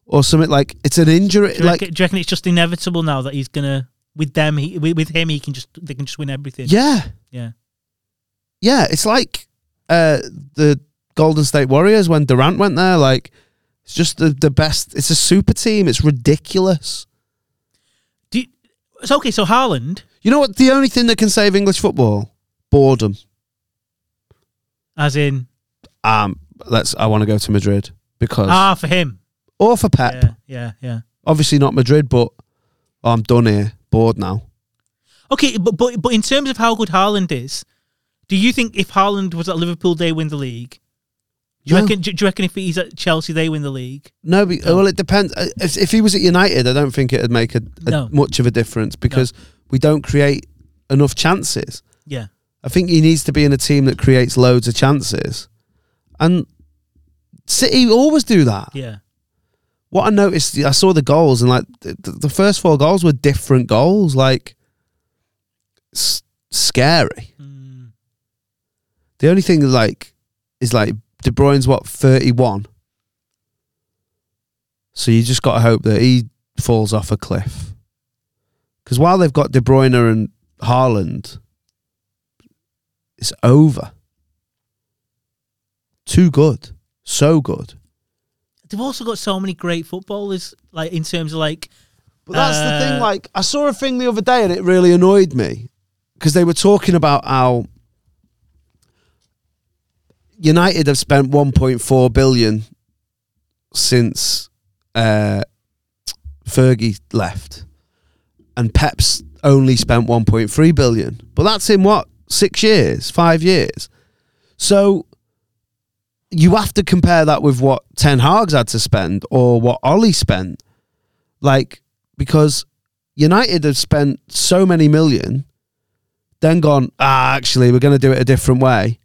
or something like it's an injury. do you, like, reckon, do you reckon it's just inevitable now that he's gonna with them he, with, with him he can just they can just win everything. yeah, yeah. yeah, it's like uh, the Golden State Warriors when Durant went there. Like, it's just the, the best. It's a super team. It's ridiculous. Do you, it's okay. So Haaland, You know what? The only thing that can save English football boredom. as in Um, let's. I want to go to Madrid because ah for him, or for Pep. yeah, yeah, yeah. obviously not Madrid, but I'm done here, bored now. Okay, but but but in terms of how good Haaland is, do you think if Haaland was at Liverpool, they win the league? Do you No. reckon? Do you reckon if he's at Chelsea, they win the league? No, be, well, it depends. Uh, If, if he was at United, I don't think it'd make a, a- No. much of a difference because we don't create enough chances. Yeah, I think he needs to be in a team that creates loads of chances, and City always do that. yeah, What I noticed, I saw the goals, and like the, the first four goals were different goals, like s- scary. mm, The only thing like is like De Bruyne's what thirty one. So you just got to hope that he falls off a cliff. Because while they've got De Bruyne and Haaland, it's over. Too good, so good. they've also got so many great footballers. Like in terms of like, But that's the thing. Uh, Like, I saw a thing the other day, and it really annoyed me because they were talking about how United have spent 1.4 billion since uh, Fergie left, and Pep's only spent 1.3 billion. But that's in what six years, five years. So you have to compare that with what Ten Hag's had to spend or what Ollie spent like because United have spent so many million, then gone. Ah, actually, we're going to do it a different way,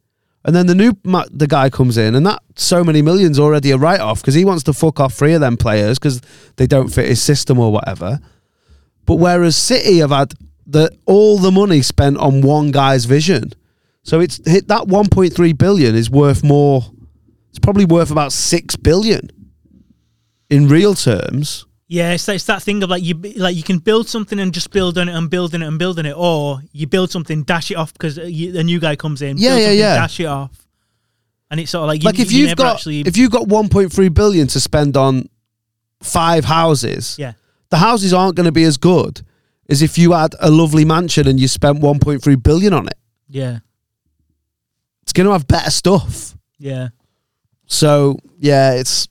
and then the new ma- the guy comes in, and that so many millions already a write off because he wants to fuck off three of them players because they don't fit his system or whatever. But whereas City have had the all the money spent on one guy's vision, so it's hit that 1.3 billion is worth more. It's probably worth about six billion in real terms Yeah, it's, it's that thing of like you like you can build something and just build on it and build on it and build on it, or you build something, dash it off because you, a new guy comes in. Yeah, build yeah, something, yeah. Dash it off, and it's sort of like you, like if you you've never got actually, if you've got 1.3 billion to spend on five houses, yeah, the houses aren't going to be as good as if you had a lovely mansion and you spent 1.3 billion on it. yeah, It's going to have better stuff. yeah, So yeah, it's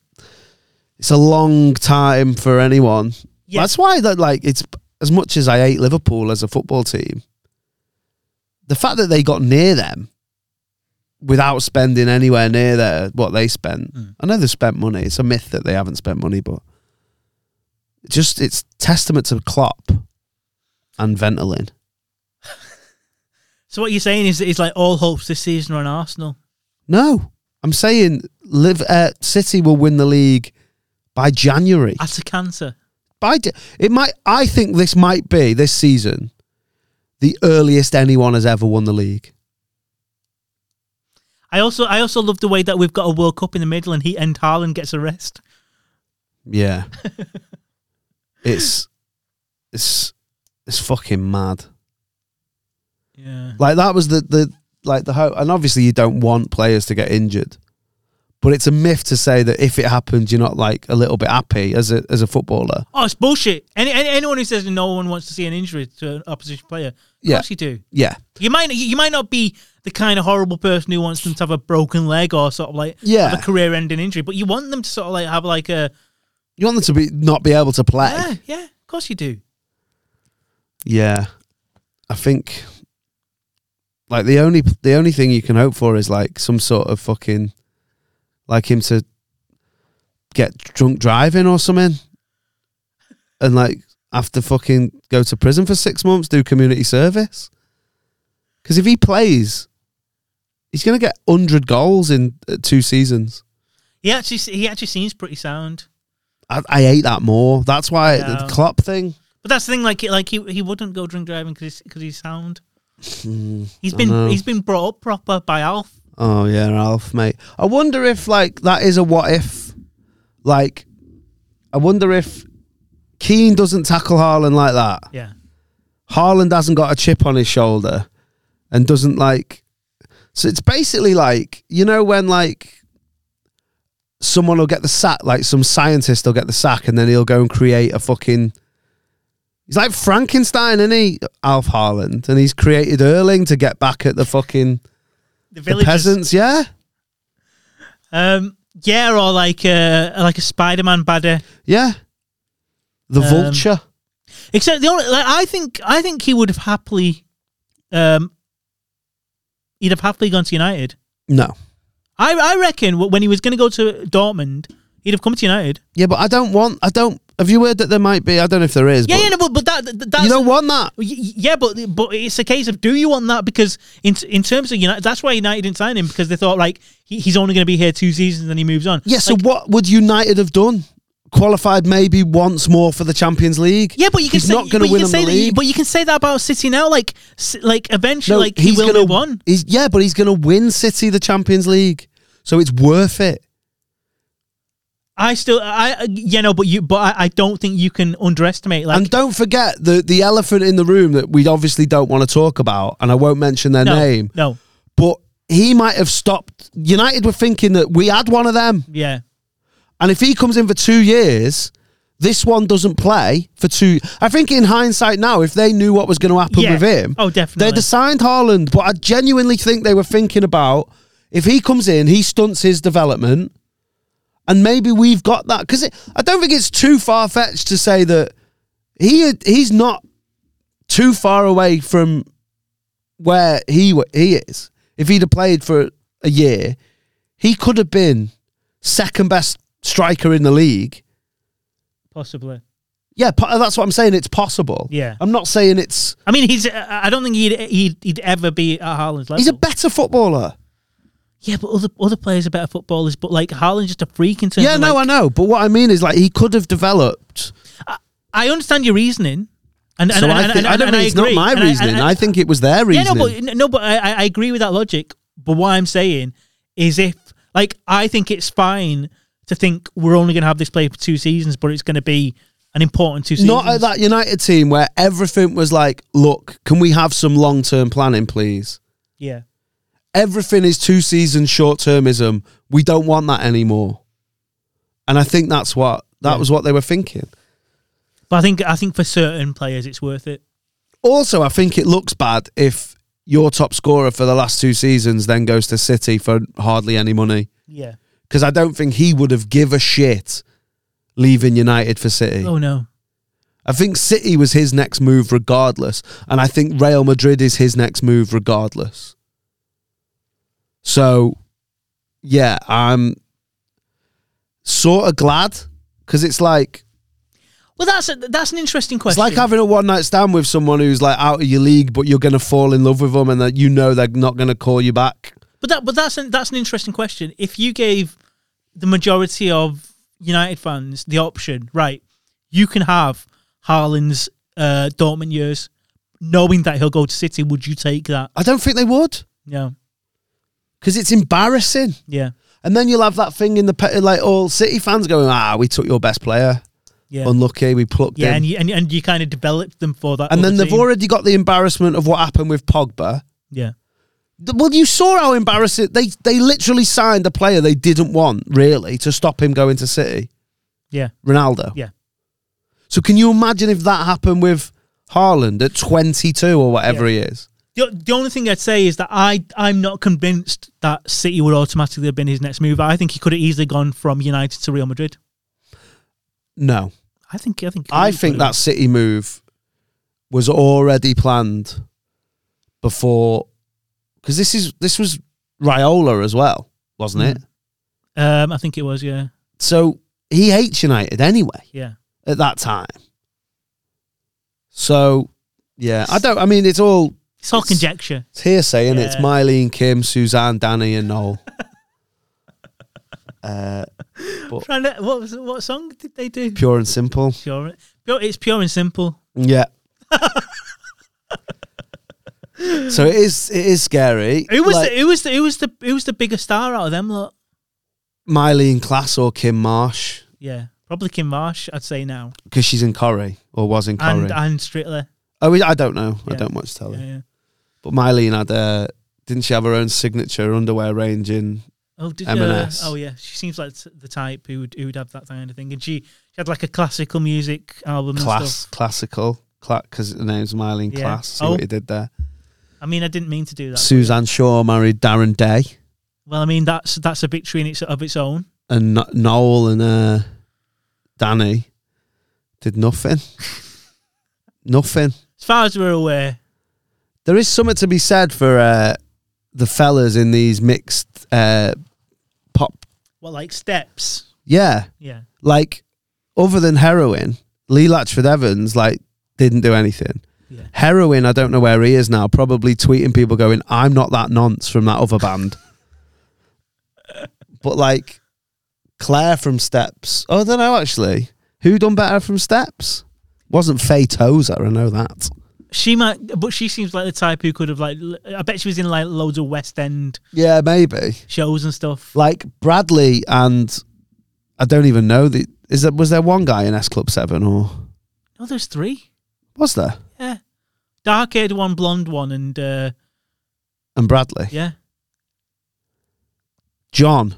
it's a long time for anyone. Yeah. That's why that like it's as much as I hate Liverpool as a football team. The fact that they got near them without spending anywhere near their what they spent. I know they've spent money. It's a myth that they haven't spent money, but just it's testament to Klopp and Ventolin. So what you're saying is is like all hopes this season are on Arsenal. No, I'm saying live uh, City will win the league by January. That's a cancer. I d- it might. I think this might be this season the earliest anyone has ever won the league. I also I also love the way that we've got a World Cup in the middle and he and Haaland gets a rest. Yeah, it's it's it's fucking mad. Yeah. Like that was the the like the hope, and obviously you don't want players to get injured, but it's a myth to say that if it happens, you're not like a little bit happy as a as a footballer. Oh, it's bullshit. Any, any anyone who says no one wants to see an injury to an opposition player, of Yeah. course you do. Yeah, You might you might not be the kind of horrible person who wants them to have a broken leg or sort of like Yeah. have a career ending injury, but you want them to sort of like have like a you want them to be not be able to play. yeah yeah of course you do Yeah, I think like the only the only thing you can hope for is like some sort of fucking like him to get drunk driving or something, and like after fucking go to prison for six months, do community service. Because if he plays, he's gonna get hundred goals in uh, two seasons. he actually he actually seems pretty sound I, I hate that more. That's why the Yeah. Klopp thing. but that's the thing like like he he wouldn't go drink driving because because he's sound he's Hmm. I been know. he's been brought up proper by Alf Oh yeah, Alf, mate. I wonder if like that is a what if. Like, I wonder if Keane doesn't tackle Haaland like that. yeah Haaland hasn't got a chip on his shoulder, and doesn't like. So it's basically like you know when like someone will get the sack, like some scientist will get the sack, and then he'll go and create a fucking. He's like Frankenstein, isn't he, Alf Haaland? And he's created Erling to get back at the fucking the the villagers peasants, yeah. um yeah or like a like a Spider Man badder Yeah. The Um, vulture. Except the only, like, I think, I think he would have happily, um, he'd have happily gone to United. No. I, I reckon wh- when he was going to go to Dortmund, he'd have come to United. Yeah, but I don't want. I don't. Have you heard that there might be? I don't know if there is. Yeah, but yeah, no, but, but that, that that's, you don't want that. Y- y- yeah, but but it's a case of do you want that? Because in in terms of United, that's why United didn't sign him because they thought like he, he's only going to be here two seasons and he moves on. Yeah. So Like, what would United have done? Qualified maybe once more for the Champions League. Yeah, but you can he's say, not going to but you win can on say the that- league. But you can say that about City now, like s- like eventually, No, like he will gonna, move on. He's, yeah, but he's going to win City the Champions League, so it's worth it. I still, I yeah, no, but you, but I, I don't think you can underestimate. Like, and don't forget the the elephant in the room that we obviously don't want to talk about, and I won't mention their no, name. no, But he might have stopped. United were thinking that we had one of them. yeah, And if he comes in for two years, this one doesn't play for two. I think in hindsight now, if they knew what was going to happen yeah. with him, Oh, they'd definitely. have signed Haaland. But I genuinely think they were thinking about if he comes in, he stunts his development. And maybe we've got that because I don't think it's too far fetched to say that he he's not too far away from where he wa- he is. If he'd have played for a year, he could have been second best striker in the league. Possibly. Yeah, po- that's what I'm saying. It's possible. Yeah. I'm not saying it's. I mean, he's. uh, I don't think he'd he'd, he'd ever be at Haaland's level. He's a better footballer. yeah, but other other players are better footballers. But like Haaland's just a freak in terms. Yeah, of, no, like- I know. But what I mean is, like, he could have developed. I understand your reasoning, and and, so and, I, and, think, and, I don't and mean I it's agree. not my And I- reasoning. I, and think it was their yeah, reasoning. no, but no, but I, I- I agree with that logic. But what I'm saying is, if like I think it's fine to think we're only going to have this player for two seasons, but it's going to be and important two seasons. Not at that United team where everything was like, look, can we have some long term planning, please? Yeah. everything is two season short termism. We don't want that anymore. And I think that's what that was what they were thinking. But I think I think for certain players it's worth it. Also, I think it looks bad if your top scorer for the last two seasons then goes to City for hardly any money Yeah. because I don't think he would have give a shit leaving United for City. Oh no. I think City was his next move regardless. And I think Real Madrid is his next move regardless. So, yeah, I'm sort of glad because it's like Well, that's a, that's an interesting it's question. like having a one night stand with someone who's like out of your league, but you're gonna fall in love with them and that you know they're not gonna call you back. but that but that's an, that's an interesting question. If you gave the majority of United fans the option, right, you can have Haaland's uh, Dortmund years, knowing that he'll go to City, would you take that? I don't think they would No. because it's embarrassing. Yeah. And then you'll have that thing in the pe- like all City fans going, ah, we took your best player, Yeah. unlucky, we plucked yeah, him. and you, and, and you kind of develop them for that. And other then they've team. already got the embarrassment of what happened with Pogba. yeah, Th- Well, you saw how embarrassing they they literally signed a player they didn't want really to stop him going to City, yeah, Ronaldo. Yeah. So can you imagine if that happened with Haaland at 22 or whatever he is? The, the only thing I'd say is that I I'm not convinced that City would automatically have been his next move. I think he could have easily gone from United to Real Madrid. No, I think I think I think that City move was already planned before because this is this was Raiola as well, wasn't Mm. it? um I think it was yeah So he hates United anyway. yeah at that time. So, yeah, I don't. I mean, it's all it's all It's- conjecture. it's hearsay, and it's Yeah. Miley and Kim, Suzanne, Danny, and Noel. uh, Trying to, what was it- what song did they do? pure and simple. Pure, pure it's pure and simple. (laughs) Yeah. so it is. It is scary. Who was Like, the, who was the, who was the who was the biggest star out of them lot? Miley in class or Kim Marsh Yeah, probably Kim Marsh. I'd say now because she's in Corrie or was in Corrie. and and Strickler. oh, we- I don't know. I Yeah. don't watch telly. Yeah, yeah. But Miley had. Uh, didn't she have her own signature underwear range in Oh, did M&S. Uh, oh, yeah. She seems like t- the type who would who would have that kind of thing. And she, she had like a classical music album. And class, stuff. classical, because the name's Miley in Yeah. class. See Oh. what he did there. I mean, I didn't mean to do that. Suzanne Shaw married Darren Day well, I mean that's that's a victory in its of its own. and no- Noel and uh, Danny did (laughs) nothing. nothing. As far as we're aware, There is something to be said for uh, the fellas in these mixed uh, pop. well, like steps. Yeah, Yeah, like other than heroin, Lee Latchford Evans like didn't do anything. Yeah. Heroin, I don't know where he is now. Probably tweeting people going, "I'm not that nonce from that other band." but like Claire from Steps, oh, I don't know actually who done better from Steps. Wasn't Faye Tozer, I know that. she might, but she seems like the type who could have like. l- I bet she was in like loads of West End Yeah, maybe. shows and stuff. Like Bradley and I don't even know the is there was there one guy in S Club Seven or Oh, there's three. was there? Yeah, dark haired one, blonde one, and uh, And Bradley. yeah, (laughs) John.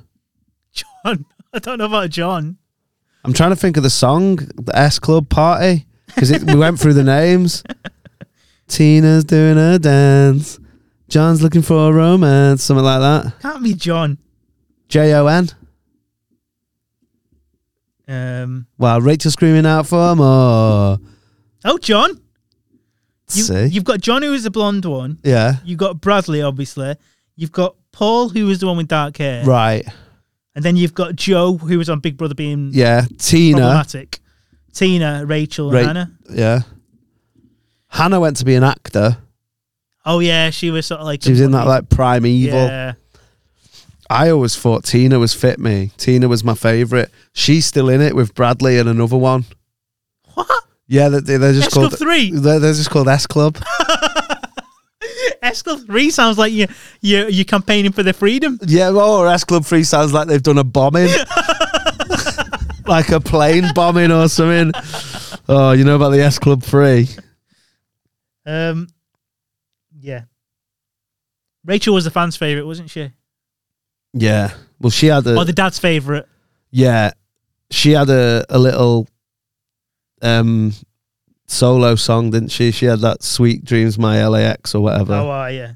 John. I don't know about John. I'm trying to think of the song, the S Club Party, because we went through the (laughs) names. Tina's doing her dance. John's looking for a romance, something like that. Can't be John. J O N. Um. While Rachel's screaming out for more. Oh, John. You, See, You've got John, who is the blonde one. yeah, You've got Bradley, obviously. You've got Paul, who was the one with dark hair. right, And then you've got Joe, who was on Big Brother being yeah. Tina, problematic. Tina, Rachel, Ra- and Hannah. yeah. Hannah went to be an actor. Oh, yeah, she was sort of like. She was in that like prime evil. Yeah. I always thought Tina was fit me. Tina was my favorite. She's still in it with Bradley and another one. What? Yeah, they- they- they're just S Club called 3? They're, they're just called S Club. S Club 3 sounds like you, you, you're campaigning for their freedom. yeah, well, or S Club Three sounds (laughs) like they've done a bombing, like a plane bombing or something. Oh, you know about the S Club Three? Um, yeah. Rachel was the fans' favorite, wasn't she? Yeah. Well, she had a or the dad's favorite. yeah, she had a a little um solo song, didn't she? She had that "Sweet Dreams," my LAX or whatever. Oh, uh, yeah.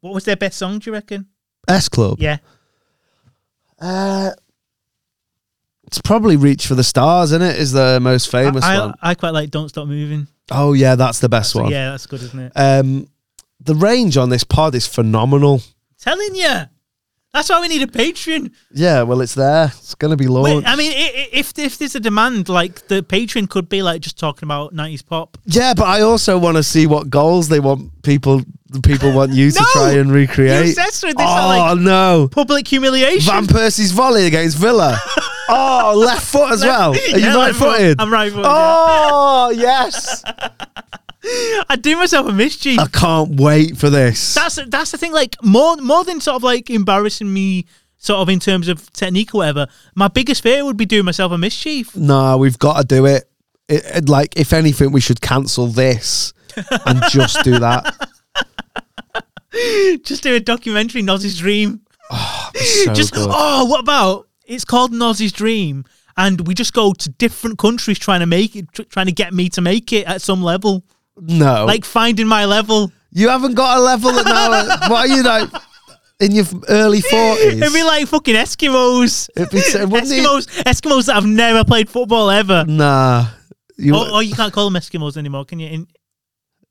What was their best song? Do you reckon? S Club. Yeah. Uh, it's probably "Reach for the Stars," isn't it? Is the most famous I, one. I, I quite like "Don't Stop Moving." Oh yeah, that's the best So, one. yeah, that's good, isn't it? Um, the range on this pod is phenomenal. Telling you, that's why we need a Patreon. Yeah, well, it's there. It's going to be Wait, launched. I mean, i- i- if if there's a demand, like the Patreon could be like just talking about '90s pop. yeah, but I also want to see what goals they want people. The people want you to (laughs) No! try and recreate. You censored this, oh I like- (laughs) no! Public humiliation. Van Persie's volley against (laughs) Villa. oh, left foot as well. Are you Yeah, right left foot. footed? I'm right-footed, yeah. Oh (laughs) yes! (laughs) I do myself a mischief. I can't wait for this. that's that's the thing. Like more more than sort of like embarrassing me, sort of in terms of technique or whatever. My biggest fear would be doing myself a mischief. (laughs) no, we've got to do it. It, it- Like, if anything, we should cancel this and just do (laughs) that. Just do a documentary, Nozzy's dream. So just good. oh, what about? It's called Nozzy's dream, and we just go to different countries trying to make it, tr- trying to get me to make it at some level, no, like finding my level. you haven't got a level at now. uh, what are you like in your early forties? (laughs) It'd be like fucking Eskimos. It'd be so- wouldn't it? Eskimos, Eskimos that have never played football ever. nah. You, Or, or you can't call them Eskimos anymore, can you? In,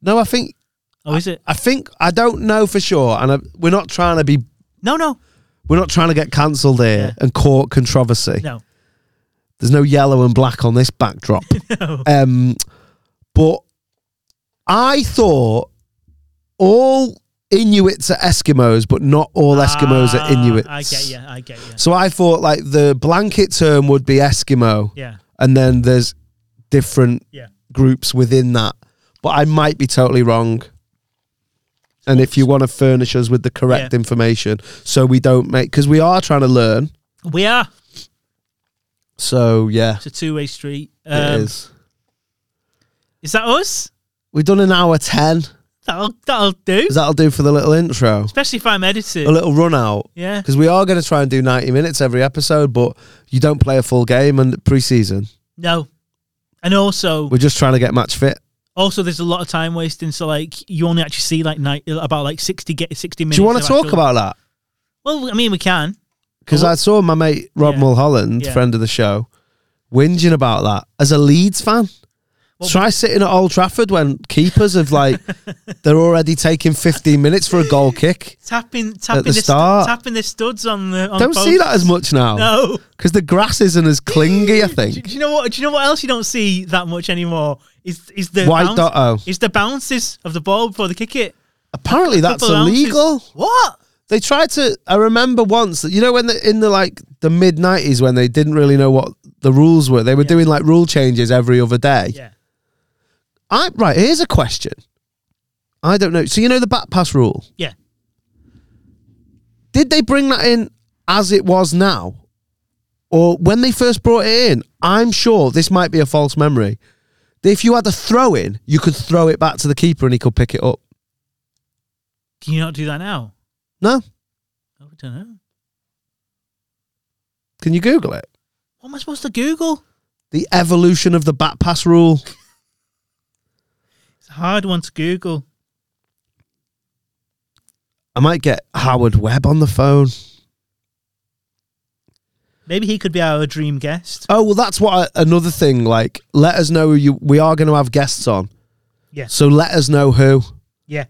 no, I think oh, is it? I think I don't know for sure, and I, we're not trying to be No, no, we're not trying to get cancelled here and court controversy. no. There's no yellow and black on this backdrop. (laughs) No. Um, but I thought all Inuits are Eskimos, but not all Eskimos are Inuits. Ah, I get you. I get you. So I thought like the blanket term would be Eskimo, Yeah, and then there's different yeah. groups within that. But I might be totally wrong. And if you want to furnish us with the correct Yeah. information, so we don't make because we are trying to learn. We are. So yeah, It's a two way street. it Um, is. is. that us? We've done an hour ten. That'll that'll do. That'll do for the little intro, Especially if I'm edited. a little run out. yeah. Because we are going to try and do 90 minutes every episode, but you don't play a full game and pre-season. No. And also, We're just trying to get match fit. also, there's a lot of time wasting. So, like, you only actually see like night about like sixty get sixty minutes. Do you want of to talk actual- about that? Well, I mean, we can. Because I saw my mate Rob Yeah. Mulholland, Yeah. friend of the show, whinging about that as a Leeds fan. Well- Try sitting at Old Trafford when keepers have (laughs) like they're already taking 15 minutes for a goal kick. Tapping, tapping the stu- start. tapping the studs on the. (laughs) On Don't posts. see that as much now No. because the grass isn't as clingy. I Do, do (laughs) think you know what? Do you know what else you don't see that much anymore? Is is the White dot oh. Is the bounces of the ball before they kick it? apparently that's Couple ounces. illegal. What? They tried to. I remember once that you know when the, in the like the mid nineties when they didn't really know what the rules were. They were doing like rule changes every other day. Yeah. I right here's a question. I don't know. So you know the back pass rule. Yeah. Did they bring that in as it was now, or when they first brought it in? I'm sure this might be a false memory. that If you had a throw in, you could throw it back to the keeper and he could pick it up. Can you not do that now? No, I don't know. can you Google it? What am I supposed to Google? The evolution of the back pass rule. It's a hard one to Google. I might get Howard Webb on the phone. Maybe he could be our dream guest. Oh well, that's what I, another thing. Like, let us know who you. We are going to have guests on, Yeah. so let us know who Yeah.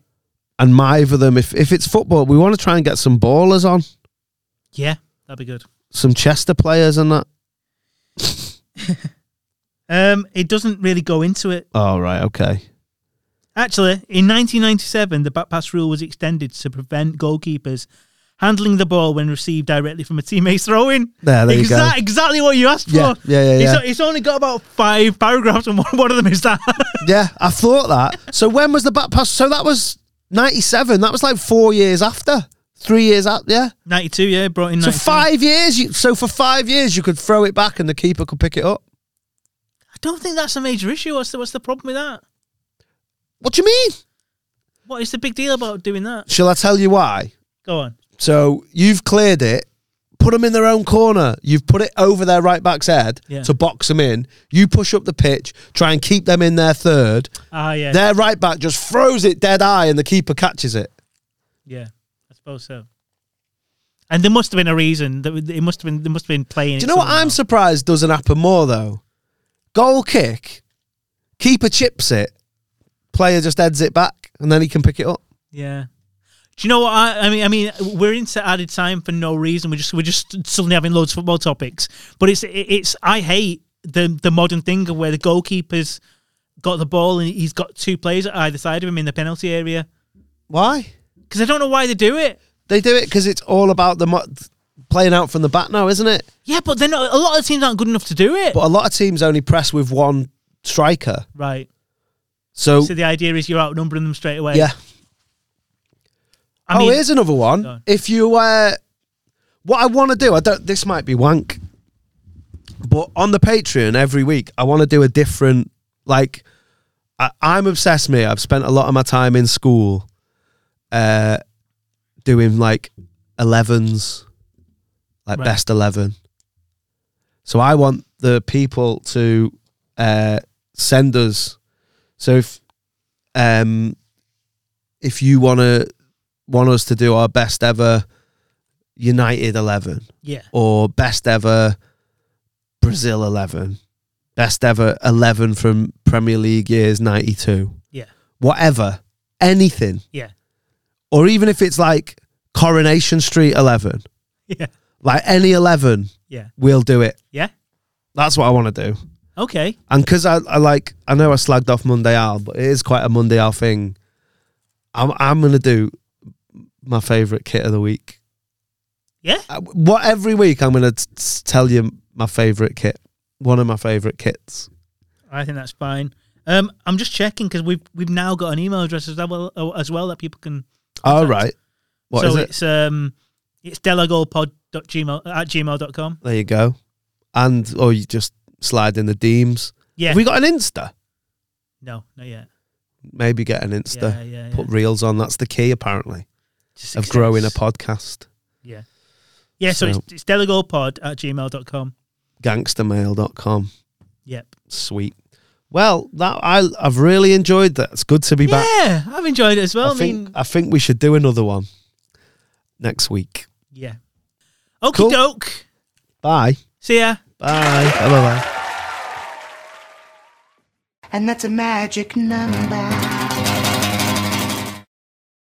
and mither them. If if it's football, we want to try and get some ballers on, Yeah. That'd be good. some Chester players and that. Um, it doesn't really go into it. Oh right, okay. Actually, in 1997, the back pass rule was extended to prevent goalkeepers handling the ball when received directly from a teammate's throw-in. There, there you go. Exact- Exactly what you asked Yeah, for. yeah, yeah, It's, yeah. it's only got about five paragraphs, and one, one of them is that. (laughs) Yeah, I thought that. So when was the back pass? So that was ninety seven. That was like four years after, three years after. Yeah, 92, yeah, brought in. so 92. five years. You, so for five years, you could throw it back and the keeper could pick it up. I don't think that's a major issue. What's the what's the problem with that? What do you mean? What is the big deal about doing that? Shall I tell you why? Go on. So you've cleared it, put them in their own corner. You've put it over their right back's head Yeah. to box them in. You push up the pitch, try and keep them in their third. Ah, yeah, Their right back just throws it dead eye, and the keeper catches it. yeah. I suppose so. And there must have been a reason that it must have been there must have been playing. Do you know what I'm surprised doesn't happen more though? Goal kick, keeper chips it, player just heads it back, and then he can pick it up. Yeah. Do you know what I, I mean? I mean, we're into added time for no reason. We're just we're just suddenly having loads of football topics. But it's it's I hate the the modern thing of where the goalkeeper's got the ball and he's got two players at either side of him in the penalty area Why? because I don't know why they do it. They do it because it's all about the mo- playing out from the back now, isn't it? Yeah, but then a lot of teams aren't good enough to do it. But a lot of teams only press with one striker. right. So, So the idea is you're outnumbering them straight away. yeah. I oh, mean, here's another one. Go on. If you uh, what I want to do, I don't. This might be wank, but on the Patreon every week, I want to do a different. Like, I, I'm obsessed. Me, I've spent a lot of my time in school, uh, doing like elevens, like Right. best eleven. So I want the people to uh, send us. So if um, if you want to want us to do our best ever United 11 yeah, or best ever Brazil 11, best ever 11 from Premier League years 92, yeah, whatever, anything, yeah, or even if it's like Coronation Street 11, yeah, like any 11, yeah, we'll do it. yeah. That's what I want to do. Okay. And because I, I like, I know I slagged off Monday Al, but it is quite a Monday Al thing. I'm, I'm going to do my favourite kit of the week. Yeah. Uh, what every week I'm going to tell you my favorite kit, one of my favorite kits. I think that's fine. Um, I'm just checking because we've we've now got an email address as well oh, as well that people can. All right, what so is it? it's um, it's delagolpod.gmail at gmail.com. There you go, and or you just slide in the deems. Yeah. Have we got an Insta? no, not yet. Maybe get an Yeah, Insta. yeah, yeah. uh, Put reels on. That's the key, apparently, Just of success. growing a podcast. Yeah. Yeah. So, So- it's, it's delagolpod at gmail.com. Gangstermail.com. Yep. Sweet. Well, that I I've really enjoyed that. It's good to be back. Yeah, I've enjoyed it as well. I, I think mean, I think we should do another one next week. yeah. Okie Cool. doke. Bye. See ya. Bye. Bye. Bye. and that's a magic number.